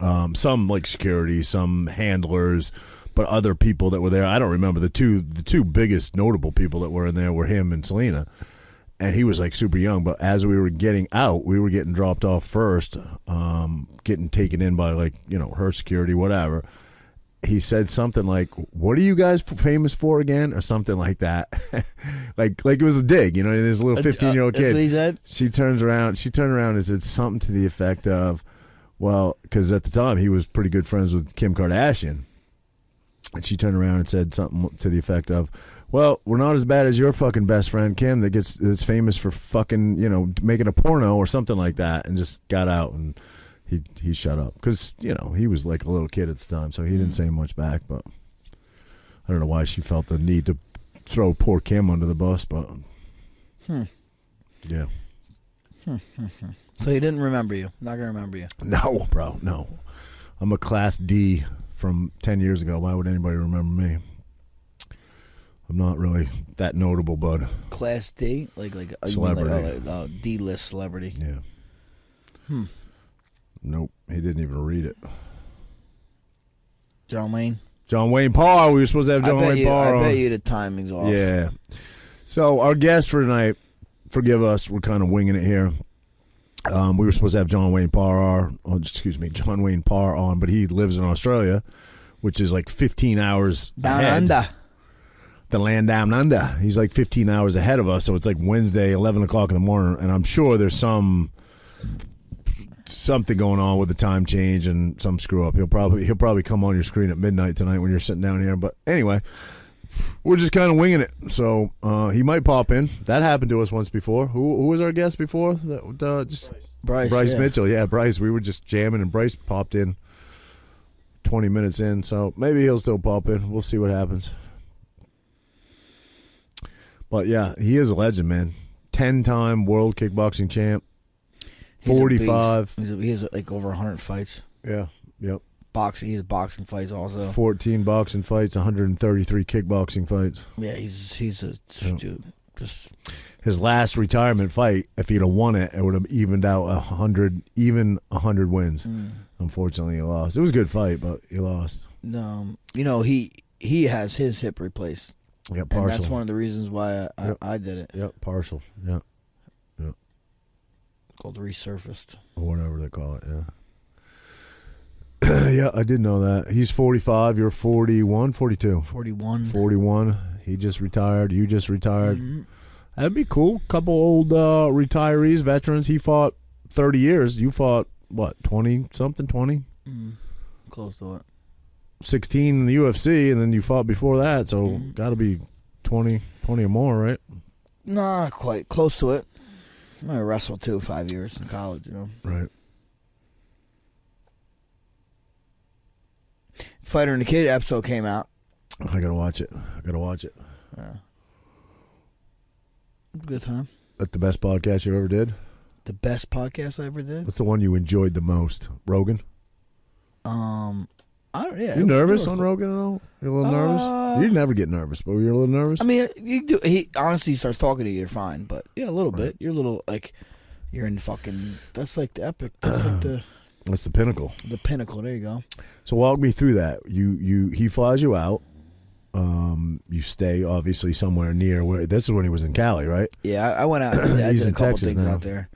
[SPEAKER 1] Um, some like security, some handlers, but other people that were there. I don't remember the two. The two biggest notable people that were in there were him and Selena. and he was like super young. But as we were getting out, we were getting dropped off first, um, getting taken in by like you know her security, whatever. He said something like, "What are you guys f- famous for again?" or something like that. like like it was a dig, you know. This little fifteen year old
[SPEAKER 2] uh, That's what he
[SPEAKER 1] kid.
[SPEAKER 2] said.
[SPEAKER 1] She turns around. She turned around and said something to the effect of, "Well, because at the time he was pretty good friends with Kim Kardashian." And she turned around and said something to the effect of, "Well, we're not as bad as your fucking best friend Kim that gets that's famous for fucking you know making a porno or something like that," and just got out and he he shut up because you know he was like a little kid at the time, so he didn't say much back. But I don't know why she felt the need to throw poor Kim under the bus, but yeah,
[SPEAKER 2] So he didn't remember you. Not gonna remember you.
[SPEAKER 1] no, bro, no, I'm a class D from ten years ago. Why would anybody remember me? I'm not really that notable, bud.
[SPEAKER 2] Class D, like like a
[SPEAKER 1] Celebrity.
[SPEAKER 2] like, oh, D list celebrity.
[SPEAKER 1] Yeah.
[SPEAKER 2] Hmm.
[SPEAKER 1] Nope, he didn't even read it.
[SPEAKER 2] John Wayne.
[SPEAKER 1] John Wayne Parr. We were supposed to have John
[SPEAKER 2] I bet
[SPEAKER 1] Wayne
[SPEAKER 2] you.
[SPEAKER 1] Parr.
[SPEAKER 2] I
[SPEAKER 1] on.
[SPEAKER 2] bet you the timing's off.
[SPEAKER 1] Yeah. So our guest for tonight, forgive us, we're kind of winging it here. Um, we were supposed to have John Wayne Parr, on- oh, excuse me, John Wayne Parr on, but he lives in Australia, which is like 15 hours
[SPEAKER 2] Down
[SPEAKER 1] ahead.
[SPEAKER 2] under.
[SPEAKER 1] The land down under. He's like 15 hours ahead of us, so it's like Wednesday, 11 o'clock in the morning, and I'm sure there's some something going on with the time change and some screw up. He'll probably he'll probably come on your screen at midnight tonight when you're sitting down here. But anyway, we're just kind of winging it. So uh, he might pop in. That happened to us once before. Who who was our guest before? That uh, just
[SPEAKER 2] Bryce.
[SPEAKER 1] Bryce
[SPEAKER 2] yeah.
[SPEAKER 1] Mitchell. Yeah, Bryce. We were just jamming, and Bryce popped in. Twenty minutes in, so maybe he'll still pop in. We'll see what happens. But yeah, he is a legend, man. Ten-time world kickboxing champ.
[SPEAKER 2] He's a beast.
[SPEAKER 1] 45.
[SPEAKER 2] He's a- He has like over 100 fights.
[SPEAKER 1] Yeah. Yep.
[SPEAKER 2] Boxing. He has boxing fights also.
[SPEAKER 1] 14 boxing fights, 133 kickboxing fights.
[SPEAKER 2] Yeah, he's he's a
[SPEAKER 1] Yeah.
[SPEAKER 2] dude. Just
[SPEAKER 1] His last retirement fight, if he'd have won it, it would have evened out 100, even 100 wins. Unfortunately, he lost. It was a good fight, but he lost.
[SPEAKER 2] um, you know, he he has his hip replaced,
[SPEAKER 1] Yeah,
[SPEAKER 2] and
[SPEAKER 1] partial.
[SPEAKER 2] that's one of the reasons why I, I,
[SPEAKER 1] Yep.
[SPEAKER 2] I did it.
[SPEAKER 1] Yep, partial. Yeah,
[SPEAKER 2] Called resurfaced.
[SPEAKER 1] or whatever they call it. Yeah. yeah, I did know that. He's 45, you're 41, 42.
[SPEAKER 2] 41.
[SPEAKER 1] 41. He just retired, you just retired.
[SPEAKER 2] Mhm.
[SPEAKER 1] That'd be cool. Couple old uh, retirees, veterans. He fought 30 years. You fought, what, 20 something, 20?
[SPEAKER 2] Mm. Close to it.
[SPEAKER 1] 16 in the UFC, and then you fought before that. So
[SPEAKER 2] Mhm.
[SPEAKER 1] got to be 20, 20 or more, right?
[SPEAKER 2] Not quite. Close to it. I wrestled too five years in college. You know,
[SPEAKER 1] Right.
[SPEAKER 2] Fighter and the Kid episode came out.
[SPEAKER 1] I got to watch it. I got to watch it.
[SPEAKER 2] Yeah. Good time.
[SPEAKER 1] That's the best podcast you ever did.
[SPEAKER 2] The best podcast I ever did.
[SPEAKER 1] What's the one you enjoyed the most? Rogan?
[SPEAKER 2] Um, I don't. Yeah.
[SPEAKER 1] You
[SPEAKER 2] it was
[SPEAKER 1] nervous
[SPEAKER 2] cool.
[SPEAKER 1] on Rogan at all? You're a little
[SPEAKER 2] Uh,
[SPEAKER 1] nervous? You never get nervous, but you're a little nervous?
[SPEAKER 2] I mean, you do. He honestly starts talking to you, you're fine, but yeah, a little
[SPEAKER 1] Right.
[SPEAKER 2] bit. You're a little like you're in fucking. That's like the epic. That's like the
[SPEAKER 1] That's the pinnacle.
[SPEAKER 2] the pinnacle. There you go.
[SPEAKER 1] So walk me through that. You you he flies you out. Um, you stay obviously somewhere near where this is when he was in Cali, right?
[SPEAKER 2] Yeah, I, I went out. I
[SPEAKER 1] He's
[SPEAKER 2] did a
[SPEAKER 1] in
[SPEAKER 2] couple
[SPEAKER 1] Texas
[SPEAKER 2] things
[SPEAKER 1] now.
[SPEAKER 2] out there.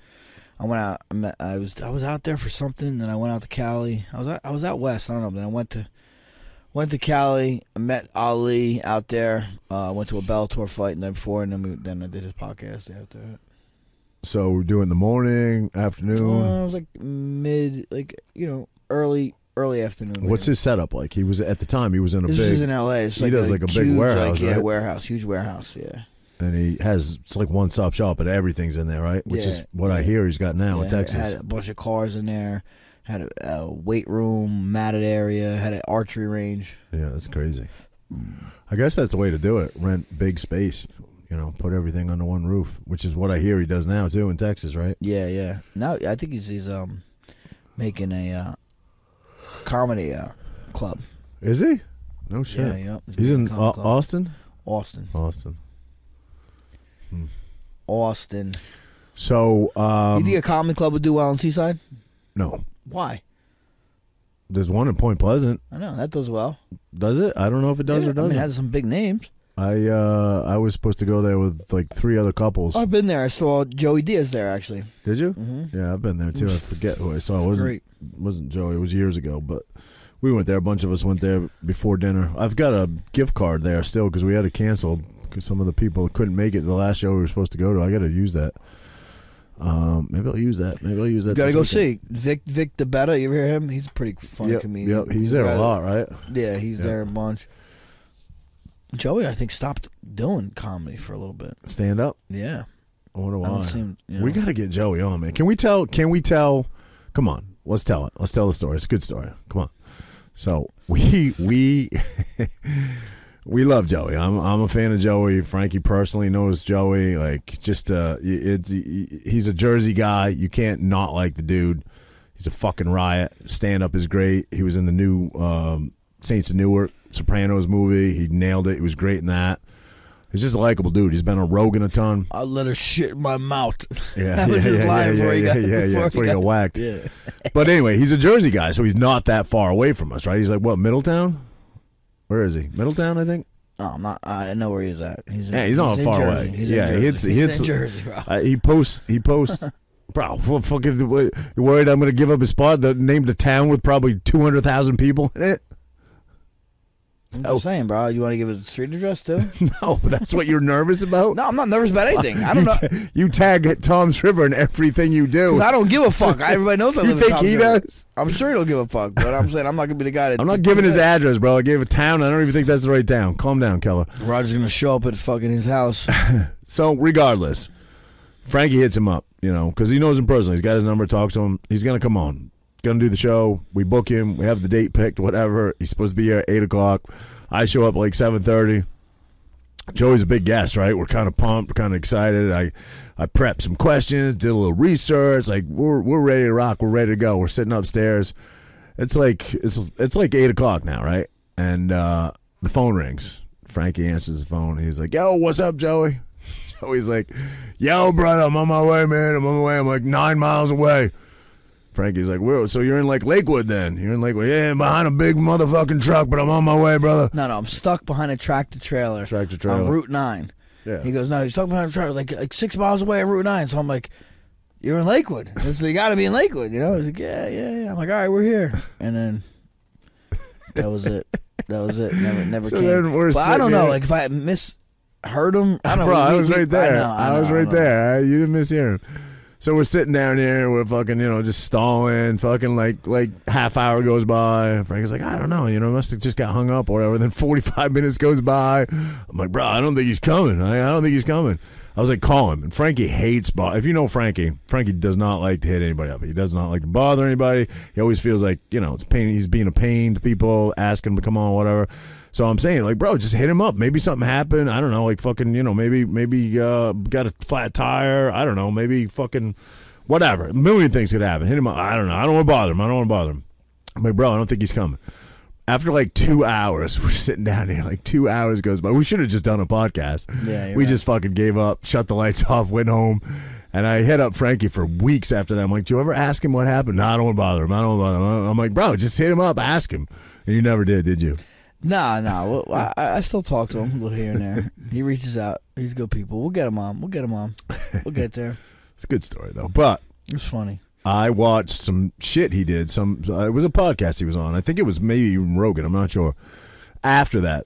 [SPEAKER 2] I went out. I, met, I was I was out there for something. Then I went out to Cali. I was out, I was out west. I don't know. Then I went to went to Cali. I met Ali out there. Uh, I went to a Bellator fight and then before, and then we, then I did his podcast after. that.
[SPEAKER 1] So we're doing the morning, afternoon.
[SPEAKER 2] Uh, it was like mid, like you know, early early afternoon.
[SPEAKER 1] What's his setup like? He was at the time he was in a
[SPEAKER 2] This
[SPEAKER 1] big
[SPEAKER 2] is in LA. It's
[SPEAKER 1] he
[SPEAKER 2] like
[SPEAKER 1] does
[SPEAKER 2] a
[SPEAKER 1] like a big
[SPEAKER 2] huge,
[SPEAKER 1] warehouse,
[SPEAKER 2] Like, yeah,
[SPEAKER 1] right?
[SPEAKER 2] warehouse, huge warehouse. Yeah,
[SPEAKER 1] and he has it's like one stop shop and everything's in there, right? Which
[SPEAKER 2] Yeah,
[SPEAKER 1] is what I
[SPEAKER 2] yeah.
[SPEAKER 1] hear he's got now
[SPEAKER 2] yeah,
[SPEAKER 1] in
[SPEAKER 2] had-
[SPEAKER 1] Texas.
[SPEAKER 2] Had a bunch of cars in there. Had a, a weight room, matted area. Had an archery range.
[SPEAKER 1] yeah, that's crazy. I guess that's the way to do it. Rent big space. you know, put everything under one roof, which is what I hear he does now too in Texas, right?
[SPEAKER 2] Yeah, yeah. No, I think he's he's um making a uh, comedy uh, club.
[SPEAKER 1] Is he? No shit.
[SPEAKER 2] Yeah, yeah.
[SPEAKER 1] He's in
[SPEAKER 2] making a
[SPEAKER 1] Au-
[SPEAKER 2] comedy club.
[SPEAKER 1] Austin.
[SPEAKER 2] Austin.
[SPEAKER 1] Austin.
[SPEAKER 2] Austin.
[SPEAKER 1] So um,
[SPEAKER 2] you think a comedy club would do well in Seaside?
[SPEAKER 1] no,
[SPEAKER 2] Why?
[SPEAKER 1] there's one in Point Pleasant.
[SPEAKER 2] I know that does well.
[SPEAKER 1] Does it? I don't know if it does
[SPEAKER 2] Yeah,
[SPEAKER 1] or
[SPEAKER 2] I mean,
[SPEAKER 1] doesn't.
[SPEAKER 2] it has some big names.
[SPEAKER 1] I uh, I was supposed to go there with like three other couples.
[SPEAKER 2] I've been there. I saw Joey Diaz there actually. Mm-hmm.
[SPEAKER 1] Did you? Yeah, I've been there too. I forget who I saw. It wasn't
[SPEAKER 2] Great.
[SPEAKER 1] wasn't Joey. It was years ago, but we went there. A bunch of us went there before dinner. I've got a gift card there still because we had to cancel because some of the people couldn't make it to the last show we were supposed to go to. I got to use that. Um, maybe I'll use that. Maybe I'll use that.
[SPEAKER 2] You gotta go
[SPEAKER 1] this weekend.
[SPEAKER 2] see Vic Vic DeBetta. You ever hear him? He's a pretty funny
[SPEAKER 1] Yep,
[SPEAKER 2] comedian.
[SPEAKER 1] yep, he's there a
[SPEAKER 2] rather-
[SPEAKER 1] lot, right?
[SPEAKER 2] Yeah, he's
[SPEAKER 1] Yeah.
[SPEAKER 2] there a bunch. Joey, I think, stopped doing comedy for a little bit.
[SPEAKER 1] Stand up.
[SPEAKER 2] Yeah,
[SPEAKER 1] I wonder
[SPEAKER 2] I
[SPEAKER 1] why.
[SPEAKER 2] don't seem. You know,
[SPEAKER 1] We got to get Joey on, man. Can we tell? Can we tell? Come on, let's tell it. Let's tell the story. It's a good story. Come on. So we we we love Joey. I'm I'm a fan of Joey. Frankie personally knows Joey. Like just uh, it, it, he's a Jersey guy. You can't not like the dude. He's a fucking riot. Stand up is great. He was in the new um, Saints of Newark Sopranos movie. He nailed it. He was great in that. He's just a likable dude. He's been on Rogan a ton.
[SPEAKER 2] I let her shit in my mouth.
[SPEAKER 1] Yeah,
[SPEAKER 2] That
[SPEAKER 1] yeah,
[SPEAKER 2] was his
[SPEAKER 1] yeah,
[SPEAKER 2] line
[SPEAKER 1] yeah,
[SPEAKER 2] before he
[SPEAKER 1] yeah,
[SPEAKER 2] got-
[SPEAKER 1] yeah, yeah,
[SPEAKER 2] before he
[SPEAKER 1] before he got
[SPEAKER 2] got-
[SPEAKER 1] whacked.
[SPEAKER 2] yeah,
[SPEAKER 1] But anyway, he's a Jersey guy, so he's not that far away from us, right? He's like what, Middletown? Where is he? Middletown, I think.
[SPEAKER 2] no, I'm not. I know where he's at. He's in-
[SPEAKER 1] Yeah, he's not
[SPEAKER 2] in
[SPEAKER 1] far
[SPEAKER 2] Jersey.
[SPEAKER 1] away.
[SPEAKER 2] He's
[SPEAKER 1] Yeah,
[SPEAKER 2] in Jersey.
[SPEAKER 1] he hits- he
[SPEAKER 2] He's
[SPEAKER 1] hits-
[SPEAKER 2] in Jersey. Bro.
[SPEAKER 1] Uh, he posts. He posts. Bro, what fucking what, you worried I'm going to give up his spot? The named a town with probably two hundred thousand people in it.
[SPEAKER 2] I'm
[SPEAKER 1] Oh.
[SPEAKER 2] just saying, bro. You want to give his street address too?
[SPEAKER 1] No, that's what you're nervous about.
[SPEAKER 2] no, I'm not nervous about anything. I don't know.
[SPEAKER 1] You tag Tom's River in everything you do.
[SPEAKER 2] 'cause I don't give a fuck. Everybody knows I
[SPEAKER 1] You
[SPEAKER 2] live in
[SPEAKER 1] think
[SPEAKER 2] Tom's
[SPEAKER 1] he
[SPEAKER 2] River.
[SPEAKER 1] does?
[SPEAKER 2] I'm sure he don't give a fuck, but I'm saying I'm not gonna be the guy that.
[SPEAKER 1] I'm not giving his address, bro. I gave a town. I don't even think that's the right town. Calm down, Keller.
[SPEAKER 2] Roger's gonna show up at fucking his house.
[SPEAKER 1] So regardless, Frankie hits him up, you know, because he knows him personally. He's got his number, talks to him. He's gonna come on, gonna do the show. We book him. We have the date picked, whatever. He's supposed to be here at eight o'clock. I show up like seven thirty. Joey's a big guest, right? We're kind of pumped, kind of excited. I, I prepped some questions, did a little research. Like we're we're ready to rock. We're ready to go. We're sitting upstairs. It's like it's it's like eight o'clock now, right? And uh, the phone rings. Frankie answers the phone. He's like, "Yo, what's up, Joey?" Joey's like, "Yo, brother, I'm on my way, man. I'm on my way. I'm like nine miles away." Frankie's like, "Where? So you're in like Lakewood then? You're in Lakewood? Yeah, I'm behind a big motherfucking truck, but I'm on my way, brother."
[SPEAKER 2] No, no, I'm stuck behind a tractor trailer.
[SPEAKER 1] Tractor trailer.
[SPEAKER 2] On Route 9.
[SPEAKER 1] Yeah.
[SPEAKER 2] He goes, no, he's stuck behind a trailer, like, like six miles away on Route 9. So I'm like, you're in Lakewood. So you got to be in Lakewood, you know? He's like, yeah, yeah, yeah. I'm like, all right, we're here. And then that was it. That was it. Never, never
[SPEAKER 1] So
[SPEAKER 2] came.
[SPEAKER 1] then we're
[SPEAKER 2] but I don't
[SPEAKER 1] sitting
[SPEAKER 2] know,
[SPEAKER 1] here-
[SPEAKER 2] like, if I misheard him, I don't
[SPEAKER 1] Bro,
[SPEAKER 2] know.
[SPEAKER 1] I
[SPEAKER 2] We-
[SPEAKER 1] was
[SPEAKER 2] we-
[SPEAKER 1] right there. I,
[SPEAKER 2] know, I
[SPEAKER 1] was
[SPEAKER 2] know, I
[SPEAKER 1] right
[SPEAKER 2] know.
[SPEAKER 1] there. I, you didn't miss hearing. So we're sitting down here. We're fucking, you know, just stalling. Fucking like like half hour goes by. Frankie's like, I don't know. You know, must have just got hung up or whatever. Then forty five minutes goes by. I'm like, bro, I don't think he's coming. I, I don't think he's coming. I was like, call him. And Frankie hates bother. If you know Frankie, Frankie does not like to hit anybody up. He does not like to bother anybody. He always feels like, you know, it's pain. He's being a pain to people, asking him to come on, whatever. So I'm saying, like, bro, just hit him up. Maybe something happened. I don't know, like fucking, you know, maybe maybe uh, got a flat tire. I don't know, maybe fucking whatever. A million things could happen. Hit him up. I don't know. I don't want to bother him. I don't want to bother him. I'm like, bro, I don't think he's coming. After like two hours, we're sitting down here. Like two hours goes by. We should have just done a podcast.
[SPEAKER 2] Yeah, you're
[SPEAKER 1] we
[SPEAKER 2] right.
[SPEAKER 1] just fucking gave up, shut the lights off, went home, and I hit up Frankie for weeks after that. I'm like, "Do you ever ask him what happened?" No, I don't want to bother him. I don't want to bother him. I'm like, "Bro, just hit him up, ask him." And you never did, did you?
[SPEAKER 2] No, no. Well, I, I still talk to him a little here and there. He reaches out. He's good people. We'll get him on. We'll get him on. We'll get there.
[SPEAKER 1] It's a good story though. But
[SPEAKER 2] It's funny.
[SPEAKER 1] I watched some shit he did. Some uh, it was a podcast he was on. I think it was maybe even Rogan. I'm not sure. After that,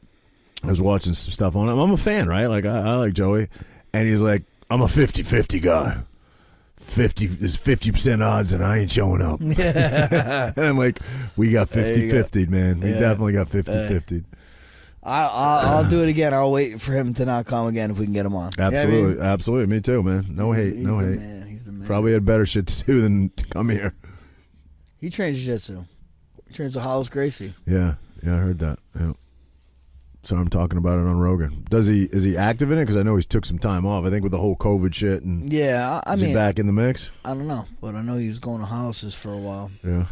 [SPEAKER 1] I was watching some stuff on him. I'm a fan, right? Like I, I like Joey, and he's like, I'm a 50-50 guy. Fifty there's fifty percent odds, and I ain't showing up. and I'm like, we got
[SPEAKER 2] There you go.
[SPEAKER 1] 50-50, man. We
[SPEAKER 2] Yeah. Uh,
[SPEAKER 1] definitely got 50-50.
[SPEAKER 2] I, I'll, I'll do it again. I'll wait for him to not come again if we can get him on. You know what I
[SPEAKER 1] absolutely,
[SPEAKER 2] mean?
[SPEAKER 1] absolutely. Me too, man. No hate,
[SPEAKER 2] He's
[SPEAKER 1] no
[SPEAKER 2] the
[SPEAKER 1] hate.
[SPEAKER 2] man. He's the man.
[SPEAKER 1] Probably had better shit to do than to come here.
[SPEAKER 2] He trains jiu-jitsu. He trains the Hollis Gracie.
[SPEAKER 1] Yeah, yeah, I heard that. Yeah. So I'm talking about it on Rogan. Does he is he active in it? Because I know he's took some time off. I think with the whole COVID shit and
[SPEAKER 2] Yeah, I, I
[SPEAKER 1] is he
[SPEAKER 2] mean,
[SPEAKER 1] back in the mix.
[SPEAKER 2] I don't know, but I know he was going to houses for a while.
[SPEAKER 1] Yeah.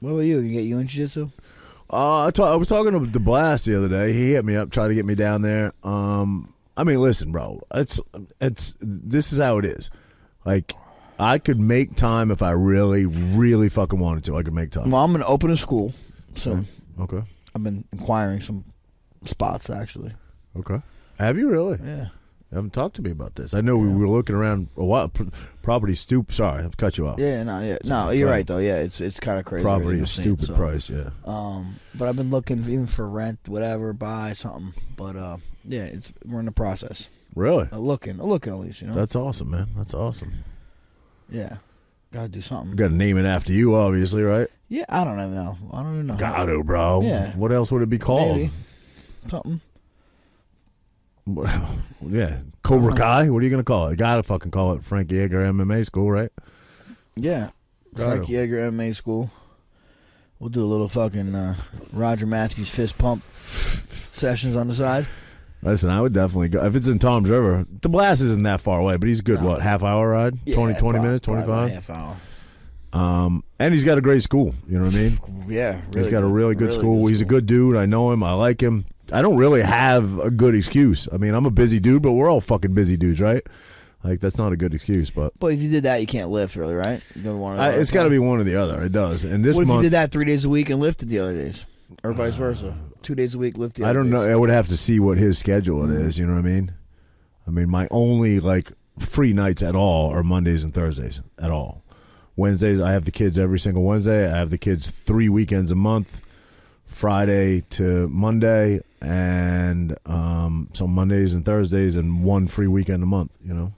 [SPEAKER 2] What about you? You get you in jiu-jitsu?
[SPEAKER 1] Uh, I, ta- I was talking to the blast the other day. He hit me up, tried to get me down there. Um, I mean, listen, bro. It's it's this is how it is. Like, I could make time if I really, really fucking wanted to. I could make time.
[SPEAKER 2] Well, I'm going to open a school, so
[SPEAKER 1] Okay.
[SPEAKER 2] I've been inquiring some spots actually.
[SPEAKER 1] Okay. Have you really?
[SPEAKER 2] Yeah.
[SPEAKER 1] You haven't talked to me about this. I know we were looking around a while. P- property stoop. Sorry, I've cut you off.
[SPEAKER 2] Yeah, no, yeah, no.
[SPEAKER 1] Sorry.
[SPEAKER 2] You're
[SPEAKER 1] Right.
[SPEAKER 2] right though. Yeah, it's it's kind of crazy.
[SPEAKER 1] property
[SPEAKER 2] everything
[SPEAKER 1] a
[SPEAKER 2] I've seen,
[SPEAKER 1] stupid
[SPEAKER 2] so.
[SPEAKER 1] price. Yeah.
[SPEAKER 2] Um, but I've been looking even for rent, whatever, buy something. But uh, yeah, it's we're in the process.
[SPEAKER 1] Really?
[SPEAKER 2] Uh, looking, uh, looking at least, you know.
[SPEAKER 1] That's awesome, man. That's awesome.
[SPEAKER 2] yeah, gotta do
[SPEAKER 1] We
[SPEAKER 2] something.
[SPEAKER 1] got to name it after you, obviously, right?
[SPEAKER 2] Yeah, I don't even know. I don't even know. how-
[SPEAKER 1] Gotta, bro.
[SPEAKER 2] Uh-huh. Yeah.
[SPEAKER 1] What else would it be called?
[SPEAKER 2] Maybe. something.
[SPEAKER 1] Well, yeah,
[SPEAKER 2] Uh-huh.
[SPEAKER 1] Cobra Kai. What are you gonna call it? Gotta fucking call it Frankie Edgar MMA School, right?
[SPEAKER 2] Yeah,
[SPEAKER 1] Gotta.
[SPEAKER 2] Frankie Edgar MMA school. We'll do a little fucking uh, Roger Matthews fist pump sessions on the side.
[SPEAKER 1] Listen, I would definitely go if it's in Tom's River. The blast isn't that far away, but he's good.
[SPEAKER 2] No.
[SPEAKER 1] What half hour ride?
[SPEAKER 2] Yeah,
[SPEAKER 1] 20, 20
[SPEAKER 2] prob-
[SPEAKER 1] minutes,
[SPEAKER 2] probably
[SPEAKER 1] twenty
[SPEAKER 2] about a
[SPEAKER 1] five.
[SPEAKER 2] half hour.
[SPEAKER 1] Um, and he's got a great school. You know what I mean?
[SPEAKER 2] Yeah, really
[SPEAKER 1] he's got a really good school. he's a good dude. I know him. I like him. I don't really have a good excuse. I mean, I'm a busy dude, but we're all fucking busy dudes, right? Like that's not a good excuse, but
[SPEAKER 2] But if you did that, you can't lift, really, right? You don't want
[SPEAKER 1] I, it's got to be one or the other. It does. And this
[SPEAKER 2] What if you
[SPEAKER 1] month, Uh,
[SPEAKER 2] did that three days a week and lifted the other days, or vice versa? Two days a week, lift the. Other
[SPEAKER 1] I don't know.
[SPEAKER 2] days.
[SPEAKER 1] I would have to see what his schedule it is. You know what I mean? I mean, my only like free nights at all are Mondays and Thursdays at all. Wednesdays, I have the kids every single Wednesday. I have the kids three weekends a month, Friday to Monday, and um, so Mondays and Thursdays, and one free weekend a month. You know.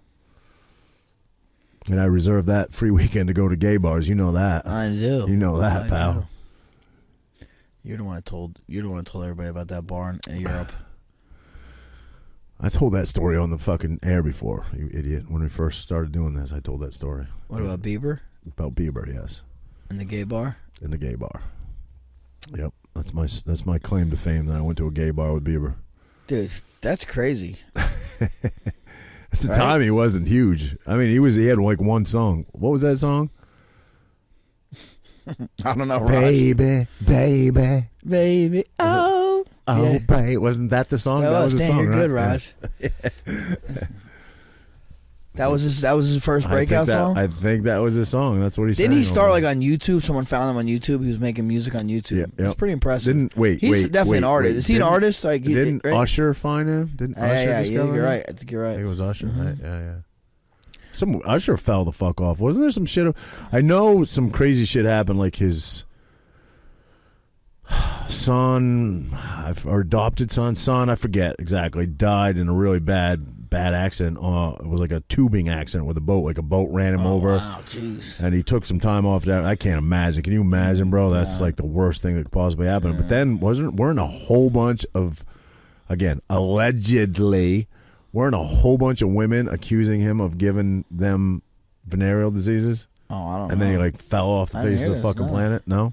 [SPEAKER 1] And I reserve that free weekend to go to gay bars. You know that.
[SPEAKER 2] I do.
[SPEAKER 1] You know that,
[SPEAKER 2] I
[SPEAKER 1] pal.
[SPEAKER 2] do. You're the one I told. You're the one I told everybody about that barn in Europe.
[SPEAKER 1] I told that story on the fucking air before, you idiot. When we first started doing this, I told that story.
[SPEAKER 2] What about Bieber
[SPEAKER 1] About Bieber, yes,
[SPEAKER 2] and the gay bar?
[SPEAKER 1] in the gay bar. Yep, that's my that's my claim to fame. That I went to a gay bar with Bieber.
[SPEAKER 2] Dude, that's crazy.
[SPEAKER 1] At the
[SPEAKER 2] Right.
[SPEAKER 1] time, he wasn't huge. I mean, he was he had like one song. What was that song?
[SPEAKER 2] I don't know,
[SPEAKER 1] Baby, baby,
[SPEAKER 2] Baby, oh.
[SPEAKER 1] oh
[SPEAKER 2] Yeah.
[SPEAKER 1] baby. Wasn't that the song?
[SPEAKER 2] That, was,
[SPEAKER 1] the
[SPEAKER 2] damn,
[SPEAKER 1] song.
[SPEAKER 2] you're good,
[SPEAKER 1] right?
[SPEAKER 2] Raj. that was his. That was his first
[SPEAKER 1] Yeah. I
[SPEAKER 2] breakout
[SPEAKER 1] think that,
[SPEAKER 2] song.
[SPEAKER 1] I think that was his song. That's what he
[SPEAKER 2] Didn't he
[SPEAKER 1] sang
[SPEAKER 2] start
[SPEAKER 1] on.
[SPEAKER 2] like on YouTube? Someone found him on YouTube. He was making music on YouTube.
[SPEAKER 1] Yeah, yeah.
[SPEAKER 2] It's pretty impressive.
[SPEAKER 1] Didn't wait.
[SPEAKER 2] He's
[SPEAKER 1] wait,
[SPEAKER 2] definitely an
[SPEAKER 1] wait,
[SPEAKER 2] artist.
[SPEAKER 1] wait.
[SPEAKER 2] Is he an
[SPEAKER 1] Didn't-
[SPEAKER 2] artist? Like he
[SPEAKER 1] Didn't
[SPEAKER 2] right?
[SPEAKER 1] Usher find him? Didn't
[SPEAKER 2] Yeah,
[SPEAKER 1] Usher
[SPEAKER 2] yeah, yeah,
[SPEAKER 1] discover
[SPEAKER 2] you're
[SPEAKER 1] him?
[SPEAKER 2] right. I think you're
[SPEAKER 1] I think
[SPEAKER 2] right.
[SPEAKER 1] it was Usher. Right? Yeah, yeah. Some Usher fell the fuck off. Wasn't there some shit? I know some crazy shit happened, like his son or adopted son, son I forget exactly, died in a really bad bad accident. Uh, it was like a tubing accident with a boat. Like a boat ran him over,
[SPEAKER 2] Wow, jeez.
[SPEAKER 1] and he took some time off. That I can't imagine. Can you imagine, bro? That's like the worst thing that could possibly happen. But then wasn't we're in a whole bunch of again, allegedly, weren't a whole bunch of women accusing him of giving them venereal diseases,
[SPEAKER 2] Oh, I don't
[SPEAKER 1] and
[SPEAKER 2] know.
[SPEAKER 1] then he like fell off the
[SPEAKER 2] I didn't
[SPEAKER 1] face of
[SPEAKER 2] hear
[SPEAKER 1] the
[SPEAKER 2] this,
[SPEAKER 1] fucking
[SPEAKER 2] no.
[SPEAKER 1] planet. No,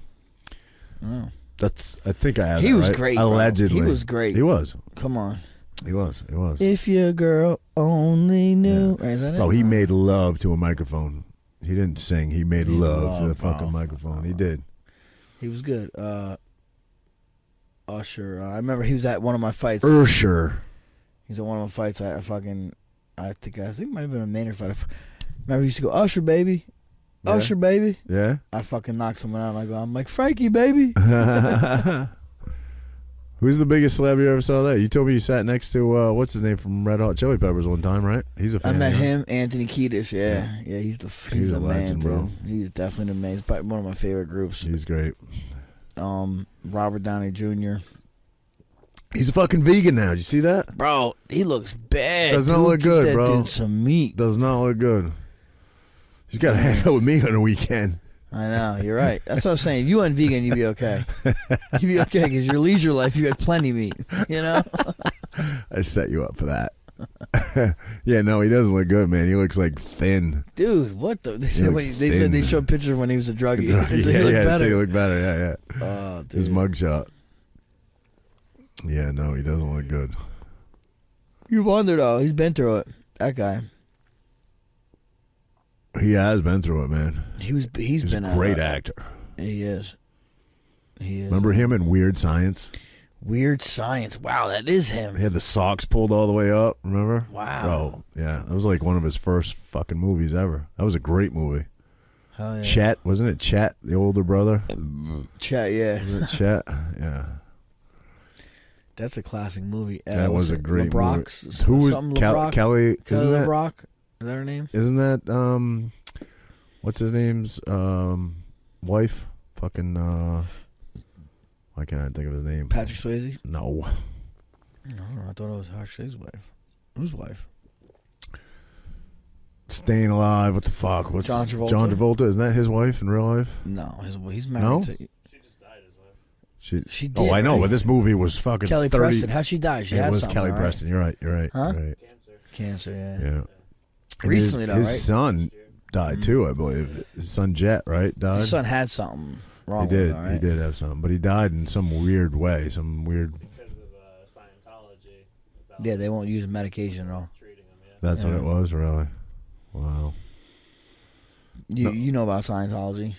[SPEAKER 2] Oh.
[SPEAKER 1] that's I think I had.
[SPEAKER 2] He
[SPEAKER 1] that
[SPEAKER 2] was
[SPEAKER 1] right.
[SPEAKER 2] great, bro.
[SPEAKER 1] Allegedly,
[SPEAKER 2] He was great.
[SPEAKER 1] He was.
[SPEAKER 2] Come on.
[SPEAKER 1] He was. He was.
[SPEAKER 2] If your girl only knew.
[SPEAKER 1] Yeah.
[SPEAKER 2] Right, is that it?
[SPEAKER 1] Bro, he made love to a microphone. He didn't sing. He made
[SPEAKER 2] He
[SPEAKER 1] love to the
[SPEAKER 2] loved, bro. Uh-huh.
[SPEAKER 1] fucking microphone. He did.
[SPEAKER 2] He was good. Uh, Usher. Uh, I remember he was at one of my fights.
[SPEAKER 1] Er-
[SPEAKER 2] He
[SPEAKER 1] Ursher.
[SPEAKER 2] was at one of my fights. I, I fucking. I think I think it might have been a Maynard fight. I f- remember he used to go Usher baby,
[SPEAKER 1] Yeah.
[SPEAKER 2] Usher baby.
[SPEAKER 1] Yeah.
[SPEAKER 2] I fucking knocked someone out. And I go. I'm like Frankie baby.
[SPEAKER 1] Who's the biggest celeb you ever saw there? You told me you sat next to uh, what's his name from Red Hot Chili Peppers one time, right? He's a
[SPEAKER 2] I
[SPEAKER 1] fan.
[SPEAKER 2] met
[SPEAKER 1] yeah.
[SPEAKER 2] him, Anthony Kiedis. Yeah, yeah, he's the he's,
[SPEAKER 1] He's
[SPEAKER 2] the
[SPEAKER 1] a
[SPEAKER 2] man,
[SPEAKER 1] legend,
[SPEAKER 2] dude.
[SPEAKER 1] bro.
[SPEAKER 2] He's definitely the man. He's probably one of my favorite groups.
[SPEAKER 1] He's great.
[SPEAKER 2] Um, Robert Downey Jr.
[SPEAKER 1] He's a fucking vegan now. Did you see that?
[SPEAKER 2] Bro, he looks bad.
[SPEAKER 1] Does not
[SPEAKER 2] dude.
[SPEAKER 1] look
[SPEAKER 2] Get
[SPEAKER 1] good,
[SPEAKER 2] that
[SPEAKER 1] bro.
[SPEAKER 2] Dude some meat.
[SPEAKER 1] Does not look good. He's got to hang out with me on a weekend.
[SPEAKER 2] I know. You're right. That's what I'm saying. If you went vegan, you'd be okay. You'd be okay because your leisure life, you had plenty of meat. You know.
[SPEAKER 1] I set you up for that. yeah, no, he doesn't look good, man. He looks like thin.
[SPEAKER 2] Dude, what the? They said,
[SPEAKER 1] looks
[SPEAKER 2] when he- they, said they
[SPEAKER 1] thin.
[SPEAKER 2] showed pictures when he was a druggie.
[SPEAKER 1] yeah,
[SPEAKER 2] They said he
[SPEAKER 1] yeah,
[SPEAKER 2] looked
[SPEAKER 1] so
[SPEAKER 2] better.
[SPEAKER 1] he looked better. Yeah, yeah.
[SPEAKER 2] oh, dude.
[SPEAKER 1] His mugshot. Yeah, no, he doesn't look good.
[SPEAKER 2] You wonder though. He's been through it. That guy.
[SPEAKER 1] He has been through it, man.
[SPEAKER 2] He was.
[SPEAKER 1] He's
[SPEAKER 2] He's, been
[SPEAKER 1] a
[SPEAKER 2] out.
[SPEAKER 1] great actor.
[SPEAKER 2] He is. He is.
[SPEAKER 1] Remember him in Weird Science?
[SPEAKER 2] Weird science. Wow, that is
[SPEAKER 1] He
[SPEAKER 2] him.
[SPEAKER 1] had the socks pulled all the way up. Remember?
[SPEAKER 2] Wow.
[SPEAKER 1] Bro, yeah, that was like one of his first fucking movies ever. That was a great movie.
[SPEAKER 2] Hell yeah.
[SPEAKER 1] Chet, wasn't it? Chet, the older brother.
[SPEAKER 2] Chat, yeah.
[SPEAKER 1] Wasn't it Chet? Yeah.
[SPEAKER 2] That's a classic movie. Uh,
[SPEAKER 1] That was
[SPEAKER 2] what's
[SPEAKER 1] a
[SPEAKER 2] it,
[SPEAKER 1] great
[SPEAKER 2] LeBrox,
[SPEAKER 1] movie. Who was
[SPEAKER 2] something
[SPEAKER 1] Cal-
[SPEAKER 2] LeBrock?
[SPEAKER 1] Kelly?
[SPEAKER 2] Kelly
[SPEAKER 1] Isn't that,
[SPEAKER 2] LeBrock? Is that her name?
[SPEAKER 1] isn't that um, what's his name's um, wife? Fucking uh, why can't I think of his name?
[SPEAKER 2] Patrick Swayze?
[SPEAKER 1] No,
[SPEAKER 2] I don't know. I thought it was Patrick Swayze's wife. Whose wife?
[SPEAKER 1] Staying Alive. What the fuck? What's
[SPEAKER 2] John Travolta?
[SPEAKER 1] John Travolta. Isn't that his wife in real life?
[SPEAKER 2] No, his, he's married
[SPEAKER 1] No?
[SPEAKER 2] to
[SPEAKER 1] She.
[SPEAKER 2] She
[SPEAKER 1] oh,
[SPEAKER 2] did,
[SPEAKER 1] I know.
[SPEAKER 2] right?
[SPEAKER 1] But this movie was fucking
[SPEAKER 2] Kelly
[SPEAKER 1] 30
[SPEAKER 2] Preston. How'd she die? She
[SPEAKER 1] it
[SPEAKER 2] had
[SPEAKER 1] was
[SPEAKER 2] something,
[SPEAKER 1] Kelly
[SPEAKER 2] right?
[SPEAKER 1] Preston. You're right. You're right.
[SPEAKER 2] Huh?
[SPEAKER 1] You're right.
[SPEAKER 2] Cancer, yeah.
[SPEAKER 1] Yeah. And
[SPEAKER 2] Recently,
[SPEAKER 1] his,
[SPEAKER 2] though,
[SPEAKER 1] his
[SPEAKER 2] right?
[SPEAKER 1] son died too, I believe. His son Jet, right? Died.
[SPEAKER 2] His son had something wrong
[SPEAKER 1] he did.
[SPEAKER 2] with him, right?
[SPEAKER 1] He did have some, but he died in some weird way. Some weird.
[SPEAKER 3] because of uh, Scientology. About
[SPEAKER 2] Yeah, they won't use medication at all.
[SPEAKER 3] treating them. Yeah.
[SPEAKER 1] That's
[SPEAKER 2] Yeah.
[SPEAKER 1] what it was, really. Wow.
[SPEAKER 2] You
[SPEAKER 1] No.
[SPEAKER 2] you know about Scientology.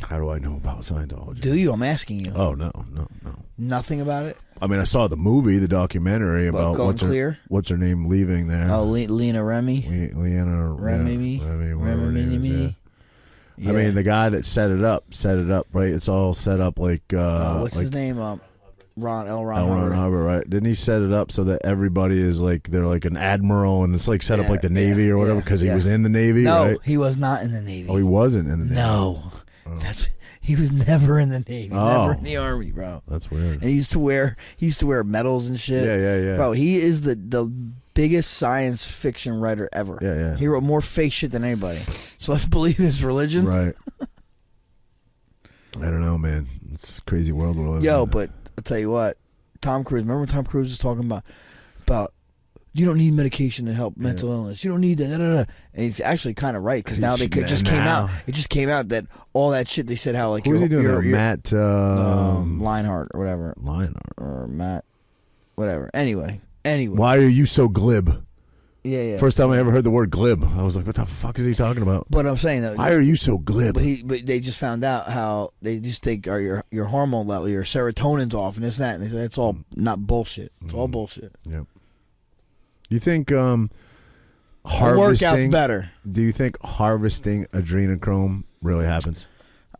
[SPEAKER 1] How do I know about Scientology?
[SPEAKER 2] Do you? I'm asking you.
[SPEAKER 1] oh no, no, no.
[SPEAKER 2] Nothing about it?
[SPEAKER 1] I mean, I saw the movie, the documentary
[SPEAKER 2] About
[SPEAKER 1] about
[SPEAKER 2] going
[SPEAKER 1] what's her,
[SPEAKER 2] clear?
[SPEAKER 1] what's her name leaving there.
[SPEAKER 2] Oh, Le- Lena Remy?
[SPEAKER 1] Le- Leanna
[SPEAKER 2] Remy?
[SPEAKER 1] yeah, Uh-huh. Remy, whatever her
[SPEAKER 2] Remy?
[SPEAKER 1] name is, yeah.
[SPEAKER 2] Remy?
[SPEAKER 1] I mean, the guy that set it up set it up right. It's all set up like uh,
[SPEAKER 2] Uh, what's
[SPEAKER 1] like
[SPEAKER 2] his name? Um, Ron L. Ron.
[SPEAKER 1] L. Ron
[SPEAKER 2] Hubbard.
[SPEAKER 1] Hubbard, right? Didn't he set it up so that everybody is like they're like an admiral and it's like set up
[SPEAKER 2] Yeah,
[SPEAKER 1] like the
[SPEAKER 2] yeah,
[SPEAKER 1] navy or whatever
[SPEAKER 2] yeah,
[SPEAKER 1] because
[SPEAKER 2] yeah.
[SPEAKER 1] he was in the navy,
[SPEAKER 2] No,
[SPEAKER 1] right?
[SPEAKER 2] he was not in the Navy.
[SPEAKER 1] Oh, he wasn't in the navy.
[SPEAKER 2] no, that's he was never in the Navy.
[SPEAKER 1] Oh.
[SPEAKER 2] Never in the Army, bro.
[SPEAKER 1] that's weird.
[SPEAKER 2] And he used to wear he used to wear medals and shit.
[SPEAKER 1] Yeah, yeah, yeah.
[SPEAKER 2] Bro, he is the the biggest science fiction writer ever.
[SPEAKER 1] Yeah, yeah.
[SPEAKER 2] He wrote more fake shit than anybody. So let's believe his religion.
[SPEAKER 1] Right. I don't know, man. It's a crazy world we're living.
[SPEAKER 2] Yo,
[SPEAKER 1] in.
[SPEAKER 2] but I'll tell you what, Tom Cruise. Remember when Tom Cruise was talking about about you don't need medication to help mental illness. You don't need that. Da, da, da. And he's actually kind of right because now they
[SPEAKER 1] He's-
[SPEAKER 2] could, just came
[SPEAKER 1] now.
[SPEAKER 2] out. It just came out that all that shit they said how like
[SPEAKER 1] who was
[SPEAKER 2] you're-
[SPEAKER 1] he doing?
[SPEAKER 2] you're-
[SPEAKER 1] there?
[SPEAKER 2] you're-
[SPEAKER 1] Matt
[SPEAKER 2] um,
[SPEAKER 1] um,
[SPEAKER 2] Lionheart or whatever
[SPEAKER 1] Lionheart.
[SPEAKER 2] or Matt, whatever. Anyway, anyway.
[SPEAKER 1] Why are you so glib?
[SPEAKER 2] Yeah, yeah.
[SPEAKER 1] First time I ever heard the word glib, I was like, "What the fuck is he talking about?
[SPEAKER 2] but I'm saying though.
[SPEAKER 1] Why are you so glib?"
[SPEAKER 2] but he, but they just found out how they just think are your your hormone level, your serotonin's off, and this and that, and they said that's
[SPEAKER 1] Mm.
[SPEAKER 2] all not bullshit. It's all bullshit.
[SPEAKER 1] Yep. You think um,
[SPEAKER 2] The
[SPEAKER 1] harvesting
[SPEAKER 2] workout's better.
[SPEAKER 1] Do you think harvesting adrenochrome really happens?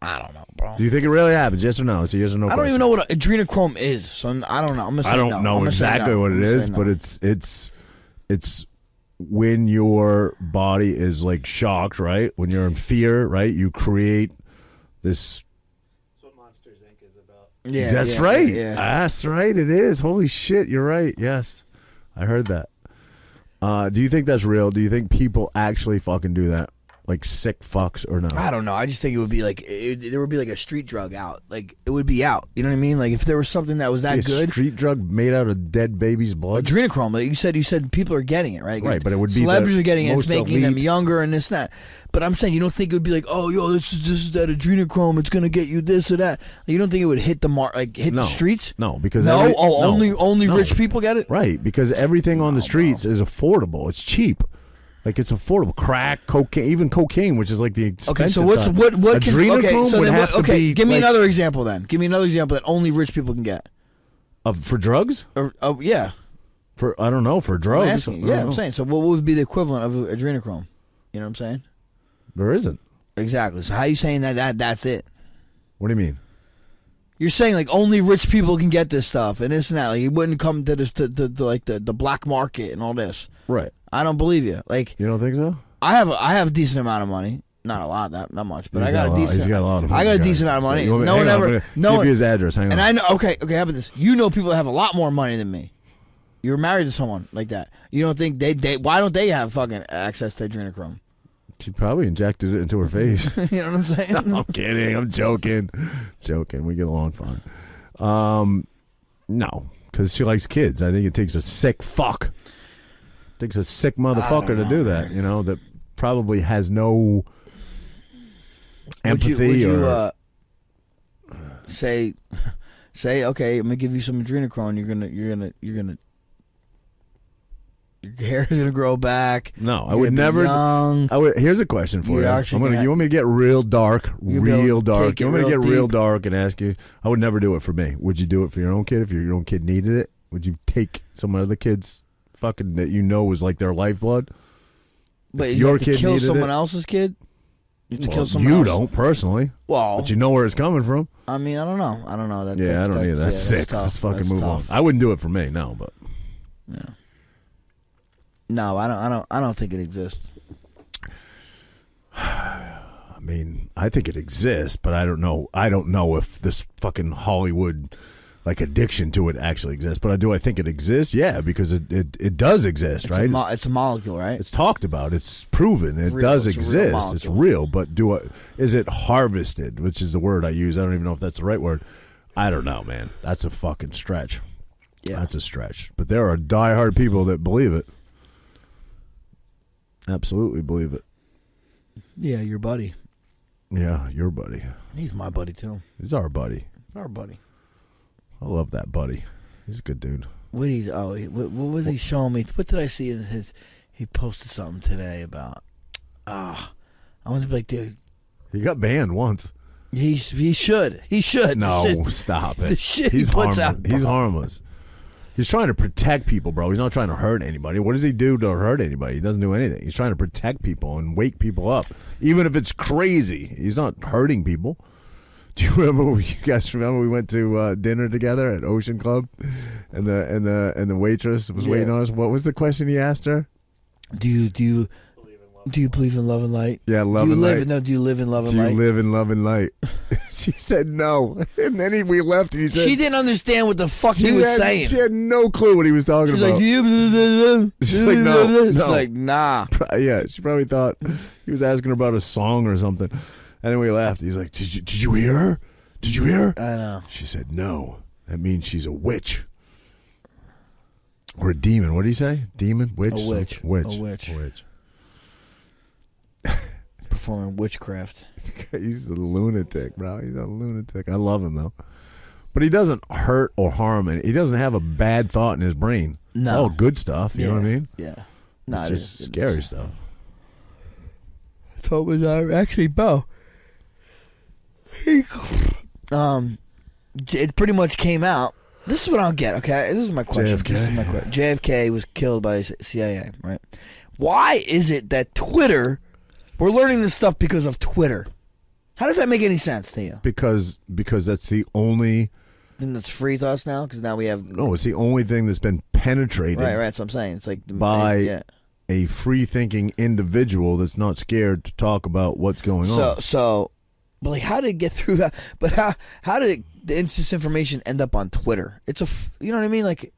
[SPEAKER 2] I don't know, bro.
[SPEAKER 1] Do you think it really happens? Yes or no? It's a yes or no.
[SPEAKER 2] I don't
[SPEAKER 1] question.
[SPEAKER 2] even know what adrenochrome is, so I'm, I don't know. I'm gonna say
[SPEAKER 1] I don't
[SPEAKER 2] no. I'm
[SPEAKER 1] know
[SPEAKER 2] gonna say
[SPEAKER 1] exactly
[SPEAKER 2] no.
[SPEAKER 1] what
[SPEAKER 2] I'm
[SPEAKER 1] it
[SPEAKER 2] gonna
[SPEAKER 1] is,
[SPEAKER 2] say no.
[SPEAKER 1] but it's it's it's when your body is like shocked, right? When you're in fear, right? You create this.
[SPEAKER 3] That's what Monsters Inc. is about.
[SPEAKER 2] yeah,
[SPEAKER 1] that's
[SPEAKER 2] yeah,
[SPEAKER 1] right.
[SPEAKER 2] Yeah, yeah.
[SPEAKER 1] That's right. It is. Holy shit! You're right. Yes, I heard that. Uh, do you think that's real? Do you think people actually fucking do that, like sick fucks or not?
[SPEAKER 2] I don't know. I just think it would be like it, there would be like a street drug out. Like it would be out. You know what I mean? Like if there was something that was that
[SPEAKER 1] A
[SPEAKER 2] good,
[SPEAKER 1] street drug made out of dead baby's blood.
[SPEAKER 2] adrenochrome. Like you said, you said people are getting it, right?
[SPEAKER 1] Right, but it would be
[SPEAKER 2] celebrities
[SPEAKER 1] the
[SPEAKER 2] are getting it.
[SPEAKER 1] most
[SPEAKER 2] It's making them
[SPEAKER 1] elite-
[SPEAKER 2] younger and this and that. But I'm saying you don't think it would be like, oh, yo, this is this is that adrenochrome. It's gonna get you this or that. You don't think it would hit the mark, like hit
[SPEAKER 1] No.
[SPEAKER 2] the streets?
[SPEAKER 1] No, because
[SPEAKER 2] no,
[SPEAKER 1] every-
[SPEAKER 2] oh,
[SPEAKER 1] no.
[SPEAKER 2] only only
[SPEAKER 1] No.
[SPEAKER 2] rich people get it.
[SPEAKER 1] Right, because everything on the streets is affordable. It's cheap. Like it's affordable. Crack, cocaine, even cocaine, which is like the expensive
[SPEAKER 2] Okay, so what's
[SPEAKER 1] side.
[SPEAKER 2] what what can
[SPEAKER 1] Adrenochrome
[SPEAKER 2] okay? So
[SPEAKER 1] would
[SPEAKER 2] then
[SPEAKER 1] have
[SPEAKER 2] what,
[SPEAKER 1] to
[SPEAKER 2] okay,
[SPEAKER 1] be
[SPEAKER 2] give me
[SPEAKER 1] like-
[SPEAKER 2] another example then. Give me another example that only rich people can get.
[SPEAKER 1] of, for drugs.
[SPEAKER 2] Or, oh yeah,
[SPEAKER 1] For I don't know for
[SPEAKER 2] I'm
[SPEAKER 1] drugs.
[SPEAKER 2] asking.
[SPEAKER 1] Oh, I
[SPEAKER 2] Yeah,
[SPEAKER 1] don't
[SPEAKER 2] I'm
[SPEAKER 1] know.
[SPEAKER 2] saying. So what would be the equivalent of adrenochrome? You know what I'm saying?
[SPEAKER 1] there isn't.
[SPEAKER 2] Exactly. So how you saying that that that's it?
[SPEAKER 1] What do you mean?
[SPEAKER 2] You're saying like only rich people can get this stuff and this and that. Like it wouldn't come to this to, to, to like the, the black market and all this.
[SPEAKER 1] Right.
[SPEAKER 2] I don't believe you. Like
[SPEAKER 1] You don't think so?
[SPEAKER 2] I have a, I have a decent amount of money. Not a lot, not not much, but
[SPEAKER 1] He's
[SPEAKER 2] I got,
[SPEAKER 1] a
[SPEAKER 2] a
[SPEAKER 1] lot-
[SPEAKER 2] decent.
[SPEAKER 1] He's got a lot of.
[SPEAKER 2] I got a
[SPEAKER 1] money, guys.
[SPEAKER 2] decent amount of money.
[SPEAKER 1] You want me-
[SPEAKER 2] No
[SPEAKER 1] hang
[SPEAKER 2] one
[SPEAKER 1] on, I'm
[SPEAKER 2] ever.
[SPEAKER 1] gonna
[SPEAKER 2] No
[SPEAKER 1] give
[SPEAKER 2] one.
[SPEAKER 1] you his address. Hang on.
[SPEAKER 2] And I know, okay, okay, how about this? You know people that have a lot more money than me. You're married to someone like that. You don't think they, they why don't they have fucking access to adrenochrome?
[SPEAKER 1] she probably injected it into her face.
[SPEAKER 2] you know what I'm saying?
[SPEAKER 1] I'm kidding. I'm joking. Joking. We get along fine. Um, no, because she likes kids. I think it takes a sick fuck. takes a sick motherfucker to
[SPEAKER 2] know,
[SPEAKER 1] do that. You know that probably has no empathy
[SPEAKER 2] uh,
[SPEAKER 1] uh,
[SPEAKER 2] would you, would
[SPEAKER 1] or
[SPEAKER 2] you uh, say say, okay, I'm gonna give you some adrenochrome. You're gonna, you're gonna, you're gonna, your hair is gonna grow back.
[SPEAKER 1] No, I
[SPEAKER 2] You're
[SPEAKER 1] would
[SPEAKER 2] gonna be
[SPEAKER 1] never.
[SPEAKER 2] young.
[SPEAKER 1] I would. Here's a question for
[SPEAKER 2] You're
[SPEAKER 1] you.
[SPEAKER 2] actually
[SPEAKER 1] I'm gonna.
[SPEAKER 2] gonna-
[SPEAKER 1] You want me to get real dark,
[SPEAKER 2] You'll be able
[SPEAKER 1] real
[SPEAKER 2] to
[SPEAKER 1] dark.
[SPEAKER 2] take
[SPEAKER 1] You
[SPEAKER 2] it
[SPEAKER 1] want me to
[SPEAKER 2] real
[SPEAKER 1] get real
[SPEAKER 2] deep.
[SPEAKER 1] dark and ask you? I would never do it for me. Would you do it for your own kid if your own kid needed it? Would you take some other kid's fucking that you know was like their lifeblood?
[SPEAKER 2] But
[SPEAKER 1] if
[SPEAKER 2] you
[SPEAKER 1] your
[SPEAKER 2] have to
[SPEAKER 1] kid
[SPEAKER 2] kill
[SPEAKER 1] needed
[SPEAKER 2] someone
[SPEAKER 1] it-
[SPEAKER 2] else's kid. You have to
[SPEAKER 1] Well,
[SPEAKER 2] kill someone.
[SPEAKER 1] you
[SPEAKER 2] else?
[SPEAKER 1] don't personally,
[SPEAKER 2] Well,
[SPEAKER 1] but you know where it's coming from.
[SPEAKER 2] I mean, I don't know. I don't know. That,
[SPEAKER 1] Yeah, I
[SPEAKER 2] that's,
[SPEAKER 1] don't either.
[SPEAKER 2] yeah,
[SPEAKER 1] That's sick.
[SPEAKER 2] tough.
[SPEAKER 1] Let's fucking
[SPEAKER 2] That's
[SPEAKER 1] move
[SPEAKER 2] tough.
[SPEAKER 1] on. I wouldn't do it for me. No, but
[SPEAKER 2] No, I don't. I don't. I don't think it exists.
[SPEAKER 1] I mean, I think it exists, but I don't know. I don't know if this fucking Hollywood like addiction to it actually exists. But I do. I think it exists. Yeah, because it it, it does exist,
[SPEAKER 2] It's
[SPEAKER 1] right?
[SPEAKER 2] A mo- it's a molecule, right?
[SPEAKER 1] It's talked about. It's proven. It
[SPEAKER 2] Real.
[SPEAKER 1] does
[SPEAKER 2] It's a real
[SPEAKER 1] exist. it's
[SPEAKER 2] molecule.
[SPEAKER 1] real. But do I, is it harvested? Which is the word I use. I don't even know if that's the right word. I don't know, man. That's a fucking stretch.
[SPEAKER 2] yeah.
[SPEAKER 1] That's a stretch. But there are diehard people that believe it. Absolutely believe it.
[SPEAKER 2] yeah, your buddy.
[SPEAKER 1] Yeah, your buddy.
[SPEAKER 2] He's my buddy too.
[SPEAKER 1] He's our buddy.
[SPEAKER 2] Our buddy.
[SPEAKER 1] I love that buddy. He's a good dude.
[SPEAKER 2] What he? Oh, he, what, what was he showing me? What did I see in his? He posted something today about. Ah, I want to be like, dude.
[SPEAKER 1] He got banned once.
[SPEAKER 2] He sh- he should he should He
[SPEAKER 1] No,
[SPEAKER 2] should.
[SPEAKER 1] stop it.
[SPEAKER 2] the shit he
[SPEAKER 1] he's
[SPEAKER 2] puts
[SPEAKER 1] harmless.
[SPEAKER 2] out,
[SPEAKER 1] He's
[SPEAKER 2] bro.
[SPEAKER 1] harmless. He's trying to protect people, bro. He's not trying to hurt anybody. What does he do to hurt anybody? He doesn't do anything. He's trying to protect people and wake people up, even if it's crazy. He's not hurting people. Do you remember? when- You guys remember we went to uh, dinner together at Ocean Club, and the and the and the waitress was
[SPEAKER 2] Yeah.
[SPEAKER 1] waiting on us. What was the question he asked her?
[SPEAKER 2] Do you do you
[SPEAKER 3] Believe in love.
[SPEAKER 2] do you believe in love and light?
[SPEAKER 1] Yeah, love
[SPEAKER 2] do you
[SPEAKER 1] and
[SPEAKER 2] live
[SPEAKER 1] light.
[SPEAKER 2] in no? Do you live in love
[SPEAKER 1] Do
[SPEAKER 2] and
[SPEAKER 1] you
[SPEAKER 2] light?
[SPEAKER 1] live in love and light? she said no, and then he, we left. And he said,
[SPEAKER 2] she didn't understand what the fuck he
[SPEAKER 1] She
[SPEAKER 2] was
[SPEAKER 1] had,
[SPEAKER 2] saying.
[SPEAKER 1] She had no clue what he was talking
[SPEAKER 2] She's
[SPEAKER 1] about.
[SPEAKER 2] like, "Do you blah, blah, blah,
[SPEAKER 1] She's
[SPEAKER 2] blah,
[SPEAKER 1] like, no,
[SPEAKER 2] blah, blah." She's
[SPEAKER 1] no.
[SPEAKER 2] like, nah.
[SPEAKER 1] Pro- yeah, she probably thought he was asking her about a song or something. And then we laughed. He's like, "Did you did you hear her? Did you hear?" her?"
[SPEAKER 2] I know.
[SPEAKER 1] She said, "No. That means she's a witch or a demon. What did he say? Demon, witch,
[SPEAKER 2] A witch.
[SPEAKER 1] Some- witch,
[SPEAKER 2] A witch.
[SPEAKER 1] witch."
[SPEAKER 2] Performing witchcraft.
[SPEAKER 1] He's a lunatic, bro. He's a lunatic. I love him though. But he doesn't hurt or harm, and he doesn't have a bad thought in his brain. It's
[SPEAKER 2] No.
[SPEAKER 1] all good stuff. You know what I
[SPEAKER 2] Yeah.
[SPEAKER 1] mean?
[SPEAKER 2] Yeah. No,
[SPEAKER 1] it's
[SPEAKER 2] it
[SPEAKER 1] just
[SPEAKER 2] is.
[SPEAKER 1] scary stuff.
[SPEAKER 2] So was uh, actually Bo. He- um, j- it pretty much came out. This is what I'll get. Okay, this is my question.
[SPEAKER 1] JFK.
[SPEAKER 2] This is my question. JFK was killed by the CIA, right? Why is it that Twitter? We're learning this stuff because of Twitter. How does that make any sense to you?
[SPEAKER 1] because because that's the only
[SPEAKER 2] Then that's free to us now because now we have
[SPEAKER 1] no, it's the only thing that's been penetrated
[SPEAKER 2] right, right. So I'm saying it's like the-
[SPEAKER 1] By-
[SPEAKER 2] yeah.
[SPEAKER 1] a free thinking individual that's not scared to talk about what's going
[SPEAKER 2] So
[SPEAKER 1] on.
[SPEAKER 2] so, but like, how did it get through? that? But how how did it, the this information end up on Twitter? It's a f- you know what I mean? Like,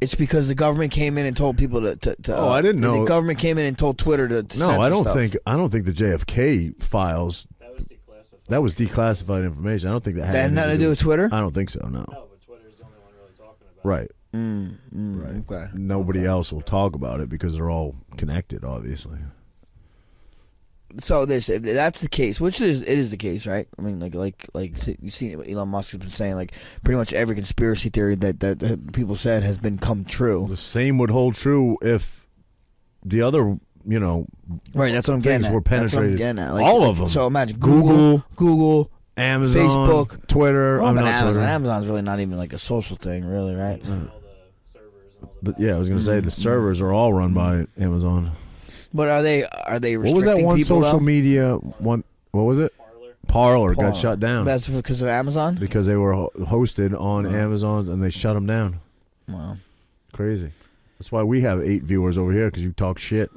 [SPEAKER 2] it's because the government came in and told people to. to, to
[SPEAKER 1] Oh, I didn't know.
[SPEAKER 2] The government came in and told Twitter to. to
[SPEAKER 1] No, I
[SPEAKER 2] censor
[SPEAKER 1] don't
[SPEAKER 2] stuff.
[SPEAKER 1] think I don't think the JFK files
[SPEAKER 3] That was declassified.
[SPEAKER 1] that was declassified information. I don't think that had
[SPEAKER 2] that had
[SPEAKER 1] anything
[SPEAKER 2] nothing to do with Twitter.
[SPEAKER 1] I don't think so. No,
[SPEAKER 3] no, but Twitter's the only one really talking about. it.
[SPEAKER 1] right.
[SPEAKER 2] Mm, mm, Okay.
[SPEAKER 1] Nobody else will talk about it because they're all connected, obviously.
[SPEAKER 2] So this if that's the case, which is it is the case, right? I mean, like like like t- you see what Elon Musk has been saying, like pretty much every conspiracy theory that that, that people said has been come true.
[SPEAKER 1] The same would hold true if the other, you know,
[SPEAKER 2] Right, that's what I'm
[SPEAKER 1] Things
[SPEAKER 2] getting. at.
[SPEAKER 1] were
[SPEAKER 2] That's what I'm
[SPEAKER 1] penetrated.
[SPEAKER 2] getting at. Like-
[SPEAKER 1] All of
[SPEAKER 2] like,
[SPEAKER 1] them.
[SPEAKER 2] So imagine
[SPEAKER 1] Google,
[SPEAKER 2] Google, Google,
[SPEAKER 1] Amazon,
[SPEAKER 2] Facebook.
[SPEAKER 1] Twitter.
[SPEAKER 2] Well,
[SPEAKER 1] I'm
[SPEAKER 2] but
[SPEAKER 1] not
[SPEAKER 2] Amazon.
[SPEAKER 1] Twitter.
[SPEAKER 2] Amazon's really not even like a social thing, really, right?
[SPEAKER 3] And all the servers and all the.
[SPEAKER 1] The- yeah, I was gonna say the
[SPEAKER 2] Mm-hmm.
[SPEAKER 1] servers are all run by Amazon.
[SPEAKER 2] But are they are they
[SPEAKER 1] What
[SPEAKER 2] restricting
[SPEAKER 1] was that one
[SPEAKER 2] people,
[SPEAKER 1] social
[SPEAKER 2] though?
[SPEAKER 1] media one? What was it?
[SPEAKER 3] Parlor.
[SPEAKER 1] Parlor, got
[SPEAKER 2] Paul,
[SPEAKER 1] shut down
[SPEAKER 2] That's Uh-huh. because of Amazon.
[SPEAKER 1] because they were ho- hosted on Amazon and they shut them down.
[SPEAKER 2] Wow.
[SPEAKER 1] Crazy. That's why we have eight viewers over here because you talk shit.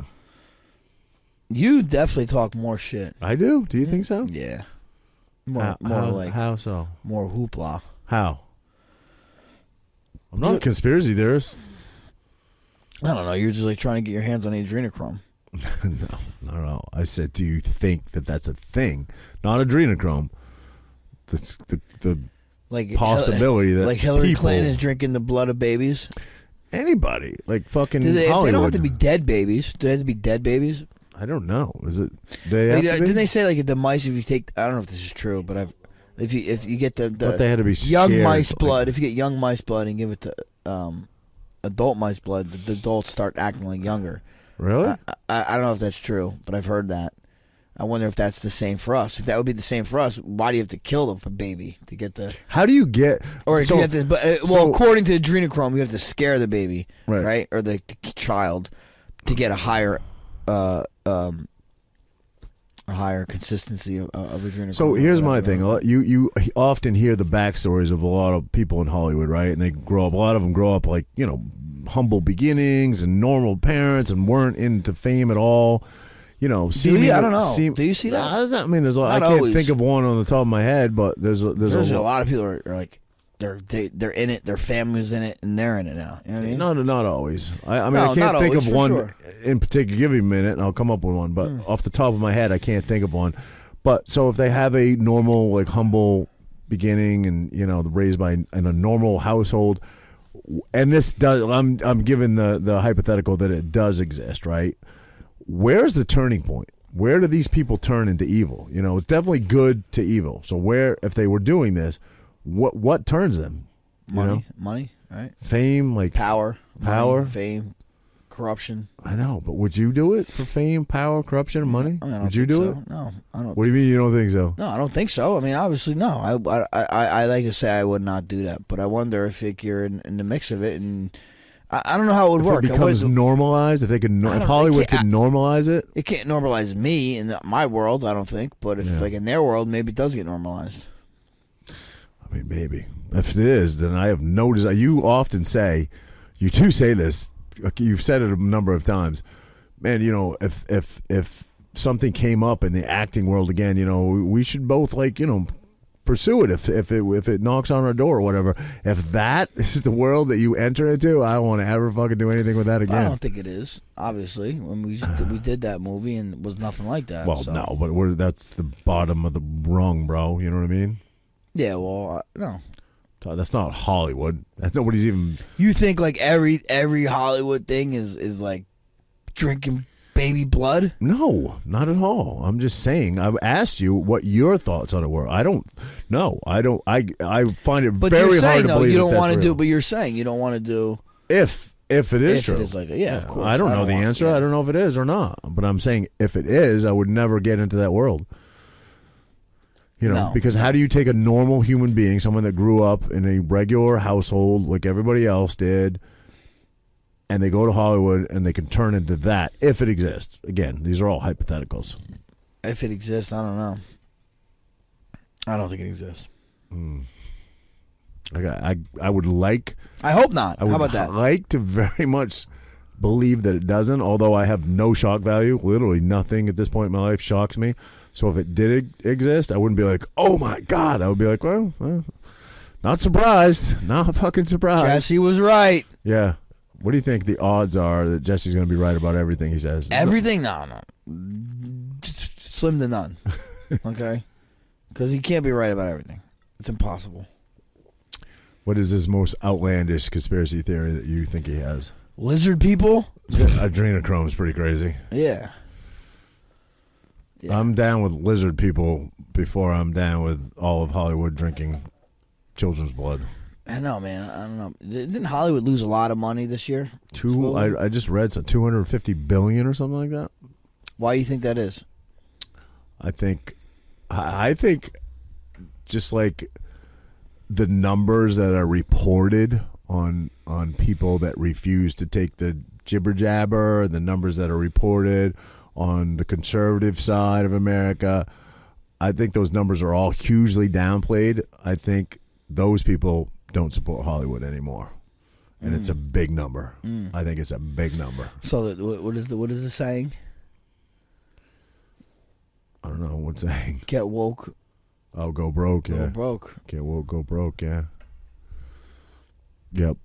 [SPEAKER 2] You definitely talk more shit.
[SPEAKER 1] I do. Do you think so?
[SPEAKER 2] Mm-hmm. Yeah. More,
[SPEAKER 1] How,
[SPEAKER 2] more
[SPEAKER 1] how-
[SPEAKER 2] like
[SPEAKER 1] how so?
[SPEAKER 2] more hoopla.
[SPEAKER 1] How? I'm not a
[SPEAKER 2] You-
[SPEAKER 1] conspiracy theorist.
[SPEAKER 2] I don't know. You're just like trying to get your hands on adrenochrome.
[SPEAKER 1] no, not at all. I said, do you think that that's a thing? Not adrenochrome. That's the the
[SPEAKER 2] Like
[SPEAKER 1] possibility that
[SPEAKER 2] Like Hillary
[SPEAKER 1] people,
[SPEAKER 2] Clinton is drinking the blood of babies.
[SPEAKER 1] anybody, like fucking
[SPEAKER 2] Do they, if
[SPEAKER 1] Hollywood.
[SPEAKER 2] they don't have to be dead babies. Do they have to be dead babies?
[SPEAKER 1] I don't know. Is it? They have
[SPEAKER 2] Like, uh,
[SPEAKER 1] to be?
[SPEAKER 2] didn't they say like a demise if you take? I don't know if this is true, but I've If you if you get the, the
[SPEAKER 1] But they had to be
[SPEAKER 2] young
[SPEAKER 1] scared,
[SPEAKER 2] mice
[SPEAKER 1] like-
[SPEAKER 2] blood, if you get young mice blood and give it to um, adult mice blood, the, the adults start acting like younger.
[SPEAKER 1] Really?
[SPEAKER 2] I, I, I don't know if that's true, but I've heard that. I wonder if that's the same for us. If that would be the same for us, why do you have to kill the baby to get the?
[SPEAKER 1] How do you get?
[SPEAKER 2] Or
[SPEAKER 1] so-
[SPEAKER 2] you have to, but, uh, well,
[SPEAKER 1] so-
[SPEAKER 2] according to adrenochrome, you have to scare the baby,
[SPEAKER 1] Right.
[SPEAKER 2] right, or the, the child to get a higher, uh, um, a higher consistency of, uh, of adrenochrome.
[SPEAKER 1] So here's my
[SPEAKER 2] Whatever.
[SPEAKER 1] thing. A lot- You you often hear the backstories of a lot of people in Hollywood, right? And they grow up. A lot of them grow up like you know humble beginnings and normal parents, and weren't into fame at all. You know, seeming,
[SPEAKER 2] I don't know.
[SPEAKER 1] seem-
[SPEAKER 2] Do you see that?
[SPEAKER 1] Nah, does that mean there's? A lot, I
[SPEAKER 2] Not
[SPEAKER 1] can't
[SPEAKER 2] always.
[SPEAKER 1] think of one on the top of my head, but there's a, there's,
[SPEAKER 2] There's, a, lot of people are, are like they're they, they're in it, their family's in it, and they're in it now. You know what I mean?
[SPEAKER 1] Not not always. I, I mean,
[SPEAKER 2] Eh? No,
[SPEAKER 1] I can't
[SPEAKER 2] not
[SPEAKER 1] think
[SPEAKER 2] always,
[SPEAKER 1] of
[SPEAKER 2] for
[SPEAKER 1] one
[SPEAKER 2] sure. Hmm.
[SPEAKER 1] in particular. Give me a minute, and I'll come up with one. But off the top of my head, I can't think of one. But so if they have a normal, like humble beginning, and you know, raised by in a normal household, and this does, I'm I'm giving the the hypothetical that it does exist, right? Where's the turning point? Where do these people turn into evil? You know, it's definitely good to evil. So where, if they were doing this, what what turns them? You
[SPEAKER 2] money,
[SPEAKER 1] know?
[SPEAKER 2] money, right?
[SPEAKER 1] Fame, like
[SPEAKER 2] Power, money,
[SPEAKER 1] Power.
[SPEAKER 2] fame, corruption.
[SPEAKER 1] I know, but would you do it for fame, power, corruption, and money?
[SPEAKER 2] I mean, I don't
[SPEAKER 1] would you
[SPEAKER 2] think
[SPEAKER 1] do
[SPEAKER 2] so.
[SPEAKER 1] it?
[SPEAKER 2] No, I don't.
[SPEAKER 1] What do you mean you don't think so?
[SPEAKER 2] No, I don't think so. I mean, obviously, no. I, I, I, I like to say I would not do that, but I wonder if it, you're in, in the mix of it, and I, I don't know how it would
[SPEAKER 1] If
[SPEAKER 2] work.
[SPEAKER 1] it
[SPEAKER 2] I
[SPEAKER 1] becomes
[SPEAKER 2] wouldn't-
[SPEAKER 1] normalized, if they could,
[SPEAKER 2] I
[SPEAKER 1] no- if
[SPEAKER 2] don't-
[SPEAKER 1] Hollywood
[SPEAKER 2] it can't-
[SPEAKER 1] could normalize it,
[SPEAKER 2] it can't normalize me in the- my world, I don't think. But if
[SPEAKER 1] Yeah.
[SPEAKER 2] like in their world, maybe it does get normalized.
[SPEAKER 1] I mean, maybe. If it is, then I have no desire. You often say, you do say this. You've said it a number of times. Man, you know, if if if something came up in the acting world again, you know, we should both like, you know, pursue it if if it if it knocks on our door or whatever. If that is the world that you enter into, I don't want to ever fucking do anything with that
[SPEAKER 2] I
[SPEAKER 1] again.
[SPEAKER 2] don't think it is. Obviously, when we just, we did that movie and it was nothing like that.
[SPEAKER 1] Well,
[SPEAKER 2] so-
[SPEAKER 1] no, but we're, that's the bottom of the rung, bro. You know what I mean? Uh,
[SPEAKER 2] Yeah, well, I, no.
[SPEAKER 1] That's not Hollywood. That's nobody's even.
[SPEAKER 2] You think like every every Hollywood thing is is like drinking baby blood?
[SPEAKER 1] No, not at all. I'm just saying. I've asked you what your thoughts on it were. I don't. No, I don't. I I find it
[SPEAKER 2] But
[SPEAKER 1] very
[SPEAKER 2] you're
[SPEAKER 1] hard
[SPEAKER 2] saying
[SPEAKER 1] to
[SPEAKER 2] though
[SPEAKER 1] believe
[SPEAKER 2] you don't
[SPEAKER 1] want to
[SPEAKER 2] do. But you're saying you don't want to do.
[SPEAKER 1] if if it is
[SPEAKER 2] If it
[SPEAKER 1] true,
[SPEAKER 2] is like that, yeah, of course.
[SPEAKER 1] I don't
[SPEAKER 2] I
[SPEAKER 1] know
[SPEAKER 2] don't
[SPEAKER 1] the
[SPEAKER 2] want-
[SPEAKER 1] answer.
[SPEAKER 2] yeah.
[SPEAKER 1] I don't know if it is or not. But I'm saying if it is, I would never get into that world. You know,
[SPEAKER 2] No.
[SPEAKER 1] because how do you take a normal human being, someone that grew up in a regular household like everybody else did, and they go to Hollywood and they can turn into that if it exists? Again, these are all hypotheticals.
[SPEAKER 2] If it exists, I don't know. I don't think it exists.
[SPEAKER 1] Like I, I, I would like
[SPEAKER 2] I hope not.
[SPEAKER 1] I would
[SPEAKER 2] How about that?
[SPEAKER 1] like to very much believe that it doesn't, although I have no shock value. Literally nothing at this point in my life shocks me. So if it did e- exist, I wouldn't be like, oh my God. I would be like, well, well, not surprised. Not fucking surprised.
[SPEAKER 2] Jesse was right.
[SPEAKER 1] Yeah. What do you think the odds are that Jesse's going to be right about everything he says?
[SPEAKER 2] Everything, no, no, slim to none. Okay, because he can't be right about everything. It's impossible.
[SPEAKER 1] What is his most outlandish conspiracy theory that you think he has?
[SPEAKER 2] Lizard people?
[SPEAKER 1] Adrenochrome's pretty crazy.
[SPEAKER 2] Yeah. Yeah.
[SPEAKER 1] I'm down with lizard people before I'm down with all of Hollywood drinking children's blood.
[SPEAKER 2] I know, man. I don't know. Didn't Hollywood lose a lot of money this year?
[SPEAKER 1] Two, I, I just read some 250 billion or something like that.
[SPEAKER 2] Why do you think that is?
[SPEAKER 1] I think, I I think, just like the numbers that are reported on on people that refuse to take the jibber jabber, the numbers that are reported on the conservative side of America, I think those numbers are all hugely downplayed. I think those people don't support Hollywood anymore, and it's a big number. I think it's a big number.
[SPEAKER 2] So that what what is the what is the saying?
[SPEAKER 1] I don't know what's saying.
[SPEAKER 2] Get woke,
[SPEAKER 1] I'll go broke.
[SPEAKER 2] go
[SPEAKER 1] Yeah.
[SPEAKER 2] broke.
[SPEAKER 1] Can't wo- go broke, yeah. Yep.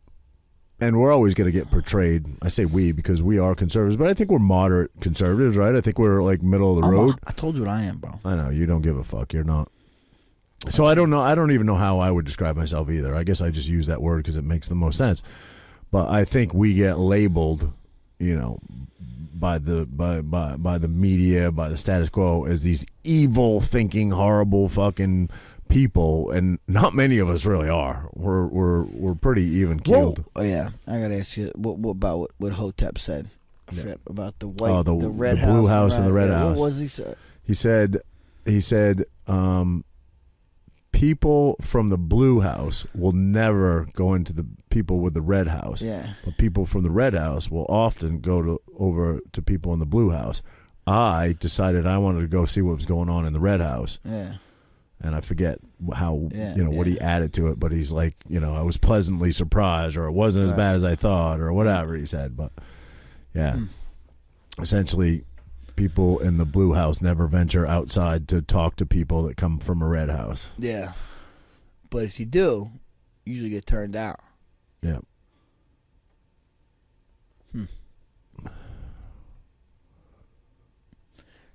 [SPEAKER 1] And we're always going to get portrayed. I say we because we are conservatives, but I think we're moderate conservatives, right? I think we're like middle of the
[SPEAKER 2] I'm a-
[SPEAKER 1] road.
[SPEAKER 2] I told you what I am, bro.
[SPEAKER 1] I know you don't give a fuck. You're not. So I don't know. I don't even know how I would describe myself either. I guess I just use that word because it makes the most sense. But I think we get labeled, you know, by the by, by by the media, by the status quo as these evil thinking, horrible fucking people, and not many of us really are. We're we're we're pretty even keeled.
[SPEAKER 2] Oh yeah, I gotta ask you what, what about what, what Hotep said I forgot about the white,
[SPEAKER 1] Oh, the-
[SPEAKER 2] the, red
[SPEAKER 1] the blue house and the red
[SPEAKER 2] yeah,
[SPEAKER 1] house.
[SPEAKER 2] What was he said?
[SPEAKER 1] He said he said um, people from the blue house will never go into the people with the red house.
[SPEAKER 2] Yeah,
[SPEAKER 1] But people from the Red House will often go to over to people in the Blue House. I decided I wanted to go see what was going on in the Red House,
[SPEAKER 2] yeah,
[SPEAKER 1] and I forget how
[SPEAKER 2] Yeah,
[SPEAKER 1] you know what
[SPEAKER 2] yeah.
[SPEAKER 1] he added to it, but he's like, you know, I was pleasantly surprised, or it wasn't as
[SPEAKER 2] Right.
[SPEAKER 1] bad as I thought, or whatever he said. But yeah,
[SPEAKER 2] Hmm.
[SPEAKER 1] essentially, people in the Blue House never venture outside to talk to people that come from a Red House.
[SPEAKER 2] yeah. But if you do, you usually get turned out.
[SPEAKER 1] Yeah.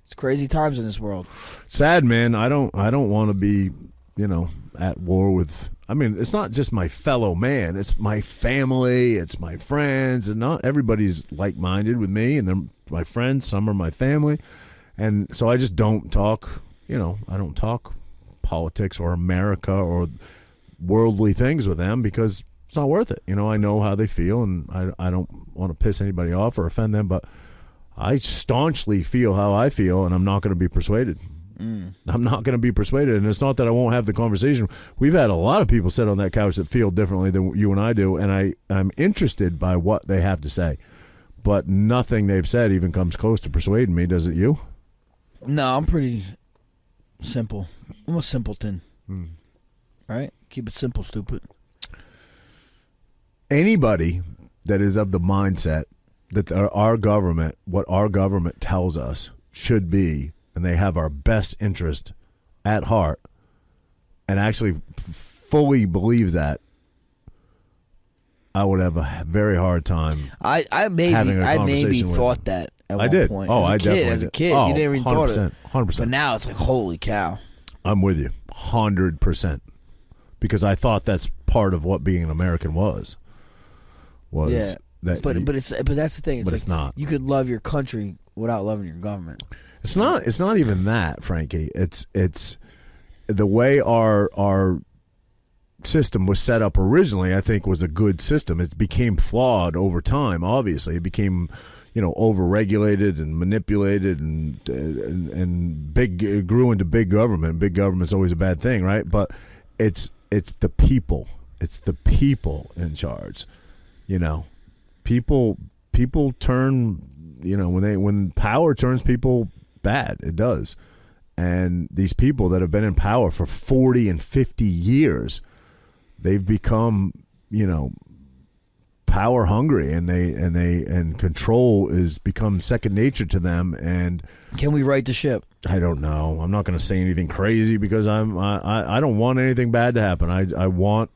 [SPEAKER 2] It's crazy times in this world.
[SPEAKER 1] sad man i don't i don't want to be you know at war with i mean it's not just my fellow man it's my family it's my friends and not everybody's like-minded with me and they're my friends some are my family and so i just don't talk you know i don't talk politics or america or worldly things with them because it's not worth it you know i know how they feel and i, I don't want to piss anybody off or offend them but i staunchly feel how i feel and i'm not going to be persuaded I'm not going to be persuaded. And it's not that I won't have the conversation. We've had a lot of people sit on that couch that feel differently than you and I do. And I, I'm interested by what they have to say. But nothing they've said even comes close to persuading me, does it you?
[SPEAKER 2] No, I'm pretty simple. I'm a simpleton.
[SPEAKER 1] Hmm.
[SPEAKER 2] Right? Keep it simple, stupid.
[SPEAKER 1] Anybody that is of the mindset that the- our government, what our government tells us should be, and they have our best interest at heart, and actually f- fully believes that, I would have a very hard time
[SPEAKER 2] I, I
[SPEAKER 1] Having
[SPEAKER 2] maybe
[SPEAKER 1] a
[SPEAKER 2] I maybe
[SPEAKER 1] conversation with
[SPEAKER 2] thought
[SPEAKER 1] him.
[SPEAKER 2] that at
[SPEAKER 1] I
[SPEAKER 2] one
[SPEAKER 1] did.
[SPEAKER 2] point.
[SPEAKER 1] Oh,
[SPEAKER 2] as
[SPEAKER 1] I
[SPEAKER 2] a kid,
[SPEAKER 1] definitely
[SPEAKER 2] as a
[SPEAKER 1] did.
[SPEAKER 2] kid,
[SPEAKER 1] Oh,
[SPEAKER 2] you didn't even thought of it.
[SPEAKER 1] 100%, 100%.
[SPEAKER 2] But now it's like, holy cow!
[SPEAKER 1] I'm with you, hundred percent, because I thought that's part of what being an American was. Was
[SPEAKER 2] Yeah,
[SPEAKER 1] that?
[SPEAKER 2] But
[SPEAKER 1] you-
[SPEAKER 2] but it's but that's the thing. It's
[SPEAKER 1] But
[SPEAKER 2] like
[SPEAKER 1] it's not.
[SPEAKER 2] You could love your country without loving your government.
[SPEAKER 1] It's not. It's not even that, Frankie. It's it's the way our our system was set up originally. I think was a good system. It became flawed over time. Obviously, it became you know overregulated and manipulated and uh, and, and big it grew into big government. Big government's always a bad thing, right? But it's it's the people. It's the people in charge. You know, people people turn you know when they when power turns people bad it does and these people that have been in power for 40 and 50 years they've become you know power hungry and they and they and control is become second nature to them and
[SPEAKER 2] Can we right the ship?
[SPEAKER 1] I don't know. I'm not going to say anything crazy because I'm I, I, I don't want anything bad to happen. I I want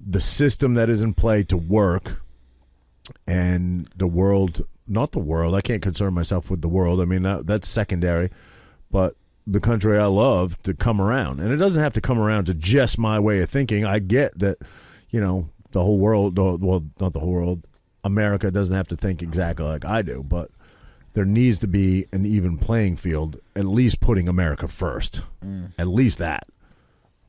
[SPEAKER 1] the system that is in play to work and the world not the world. I can't concern myself with the world. I mean that, that's secondary, but the country I love to come around. And it doesn't have to come around to just my way of thinking. I get that, you know, the whole world well not the whole world. America doesn't have to think exactly like I do, but there needs to be an even playing field, at least putting America first. At least that.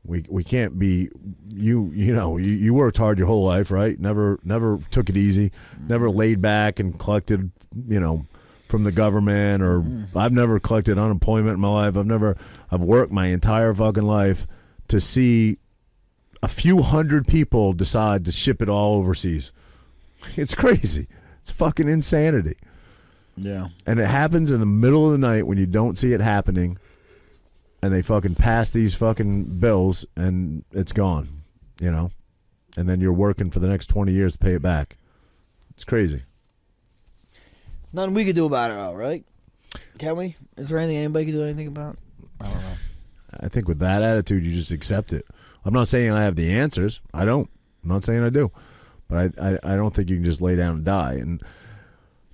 [SPEAKER 1] We we can't be you you know, you, you worked hard your whole life, right? Never never took it easy, never laid back and collected, you know, from the government or I've never collected unemployment in my life. I've never I've worked my entire fucking life to see a few hundred people decide to ship it all overseas. It's crazy. It's fucking insanity
[SPEAKER 2] Yeah.
[SPEAKER 1] and it happens in the middle of the night when you don't see it happening, and they fucking pass these fucking bills and it's gone, you know, and then you're working for the next twenty years to pay it back. It's crazy.
[SPEAKER 2] Nothing we could do about it, though, right? Can we? Is there anything anybody could do anything about? I don't know.
[SPEAKER 1] I think with that attitude, you just accept it. I'm not saying I have the answers. I don't. I'm not saying I do, but I I, I don't think you can just lay down and die. And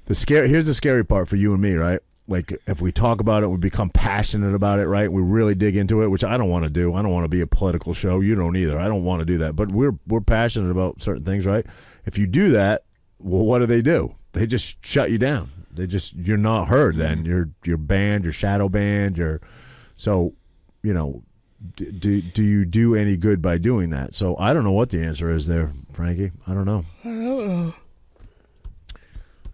[SPEAKER 1] the scary here's the scary part for you and me, right? Like if we talk about it, we become passionate about it, right? We really dig into it, which I don't want to do. I don't want to be a political show. You don't either. I don't want to do that. But we're we're passionate about certain things, right? If you do that, well, what do they do? They just shut you down. They just you're not heard. Then you're you're banned. You're shadow banned. You're so you know d- do do you do any good by doing that? So I don't know what the answer is there, Frankie. I don't know. I don't know.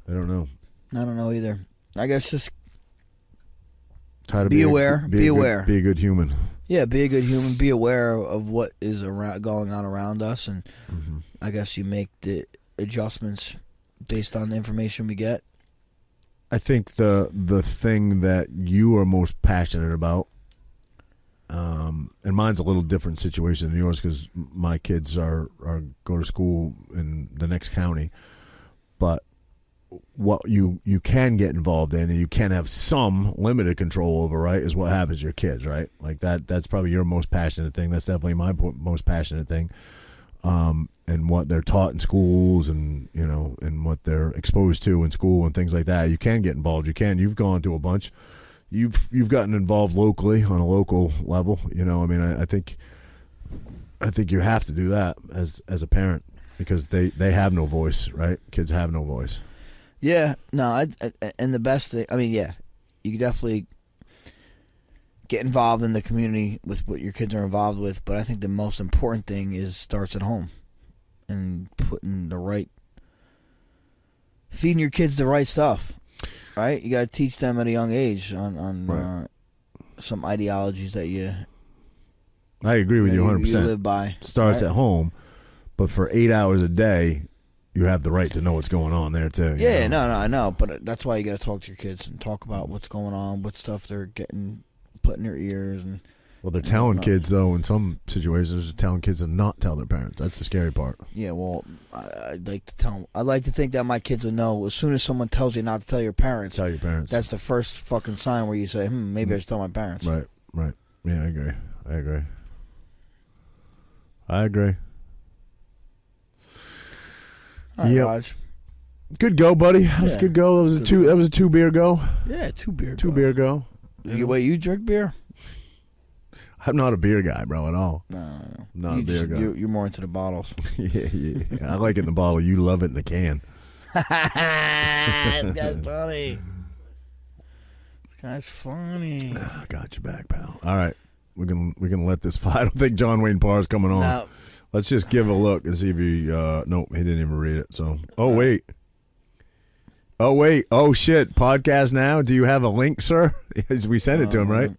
[SPEAKER 1] I don't know.
[SPEAKER 2] I don't know either. I guess just
[SPEAKER 1] Try to
[SPEAKER 2] Be
[SPEAKER 1] a good-
[SPEAKER 2] aware,
[SPEAKER 1] be,
[SPEAKER 2] be
[SPEAKER 1] a good-
[SPEAKER 2] aware.
[SPEAKER 1] be a good human.
[SPEAKER 2] yeah, be a good human, be aware of what is around going on around us, and I guess you make the adjustments based on the information we get.
[SPEAKER 1] I think the the thing that you are most passionate about, um, and mine's a little different situation than yours because my kids are are go to school in the next county, but what you you can get involved in and you can have some limited control over right is what happens to your kids right like that that's probably your most passionate thing that's definitely my po- most passionate thing um, and what they're taught in schools and you know and what they're exposed to in school and things like that. You can get involved. You can. You've gone to a bunch. You've you've gotten involved locally on a local level. You know, I mean, I, I think I think you have to do that as as a parent because they they have no voice, right? Kids have no voice.
[SPEAKER 2] Yeah, no, I, I- and the best thing, I mean, yeah, you could definitely get involved in the community with what your kids are involved with, but I think the most important thing is starts at home and putting the right, feeding your kids the right stuff, right? You got to teach them at a young age on on
[SPEAKER 1] Right.
[SPEAKER 2] uh, some ideologies that you,
[SPEAKER 1] I agree with
[SPEAKER 2] that
[SPEAKER 1] you
[SPEAKER 2] you,
[SPEAKER 1] 100.
[SPEAKER 2] you
[SPEAKER 1] percent
[SPEAKER 2] live by.
[SPEAKER 1] Starts
[SPEAKER 2] right?
[SPEAKER 1] at home, but for eight hours a day, you have the right to know what's going on there too. you
[SPEAKER 2] Yeah,
[SPEAKER 1] know?
[SPEAKER 2] no, no, I know, but that's why you got to talk to your kids and talk about what's going on, what stuff they're getting put in their ears and.
[SPEAKER 1] Well, they're telling
[SPEAKER 2] not-
[SPEAKER 1] kids though. In some situations, they're telling kids to not tell their parents. That's the scary part.
[SPEAKER 2] Yeah, well, I, I'd like to tell. I'd like to think that my kids would know as soon as someone tells you not to tell your parents.
[SPEAKER 1] Tell your parents.
[SPEAKER 2] That's the first fucking sign where you say, "Hmm, maybe I should tell my parents."
[SPEAKER 1] right, right. Yeah, I agree. I agree. I agree.
[SPEAKER 2] All right,
[SPEAKER 1] Yep.
[SPEAKER 2] Raj.
[SPEAKER 1] Good go, buddy. That was a
[SPEAKER 2] Yeah.
[SPEAKER 1] good go. That was a two. That was a two beer go.
[SPEAKER 2] Yeah, two beer.
[SPEAKER 1] Two
[SPEAKER 2] bro.
[SPEAKER 1] beer go.
[SPEAKER 2] You, wait, you drink beer?
[SPEAKER 1] I'm not a beer guy, bro, at all.
[SPEAKER 2] No, no, no.
[SPEAKER 1] Not
[SPEAKER 2] you
[SPEAKER 1] a beer
[SPEAKER 2] just-
[SPEAKER 1] guy.
[SPEAKER 2] You, you're more into the bottles.
[SPEAKER 1] yeah, yeah. I like it in the bottle. You love it in the can.
[SPEAKER 2] That's funny. This guy's funny.
[SPEAKER 1] I got your back, pal. All right, we can we can let this fly. I don't think John Wayne Parr is coming on.
[SPEAKER 2] Now,
[SPEAKER 1] Let's just give a look and see if he. Uh, nope, he didn't even read it. So, oh wait, oh wait, oh shit! Podcast now. Do you have a link, sir? we sent it to him, right?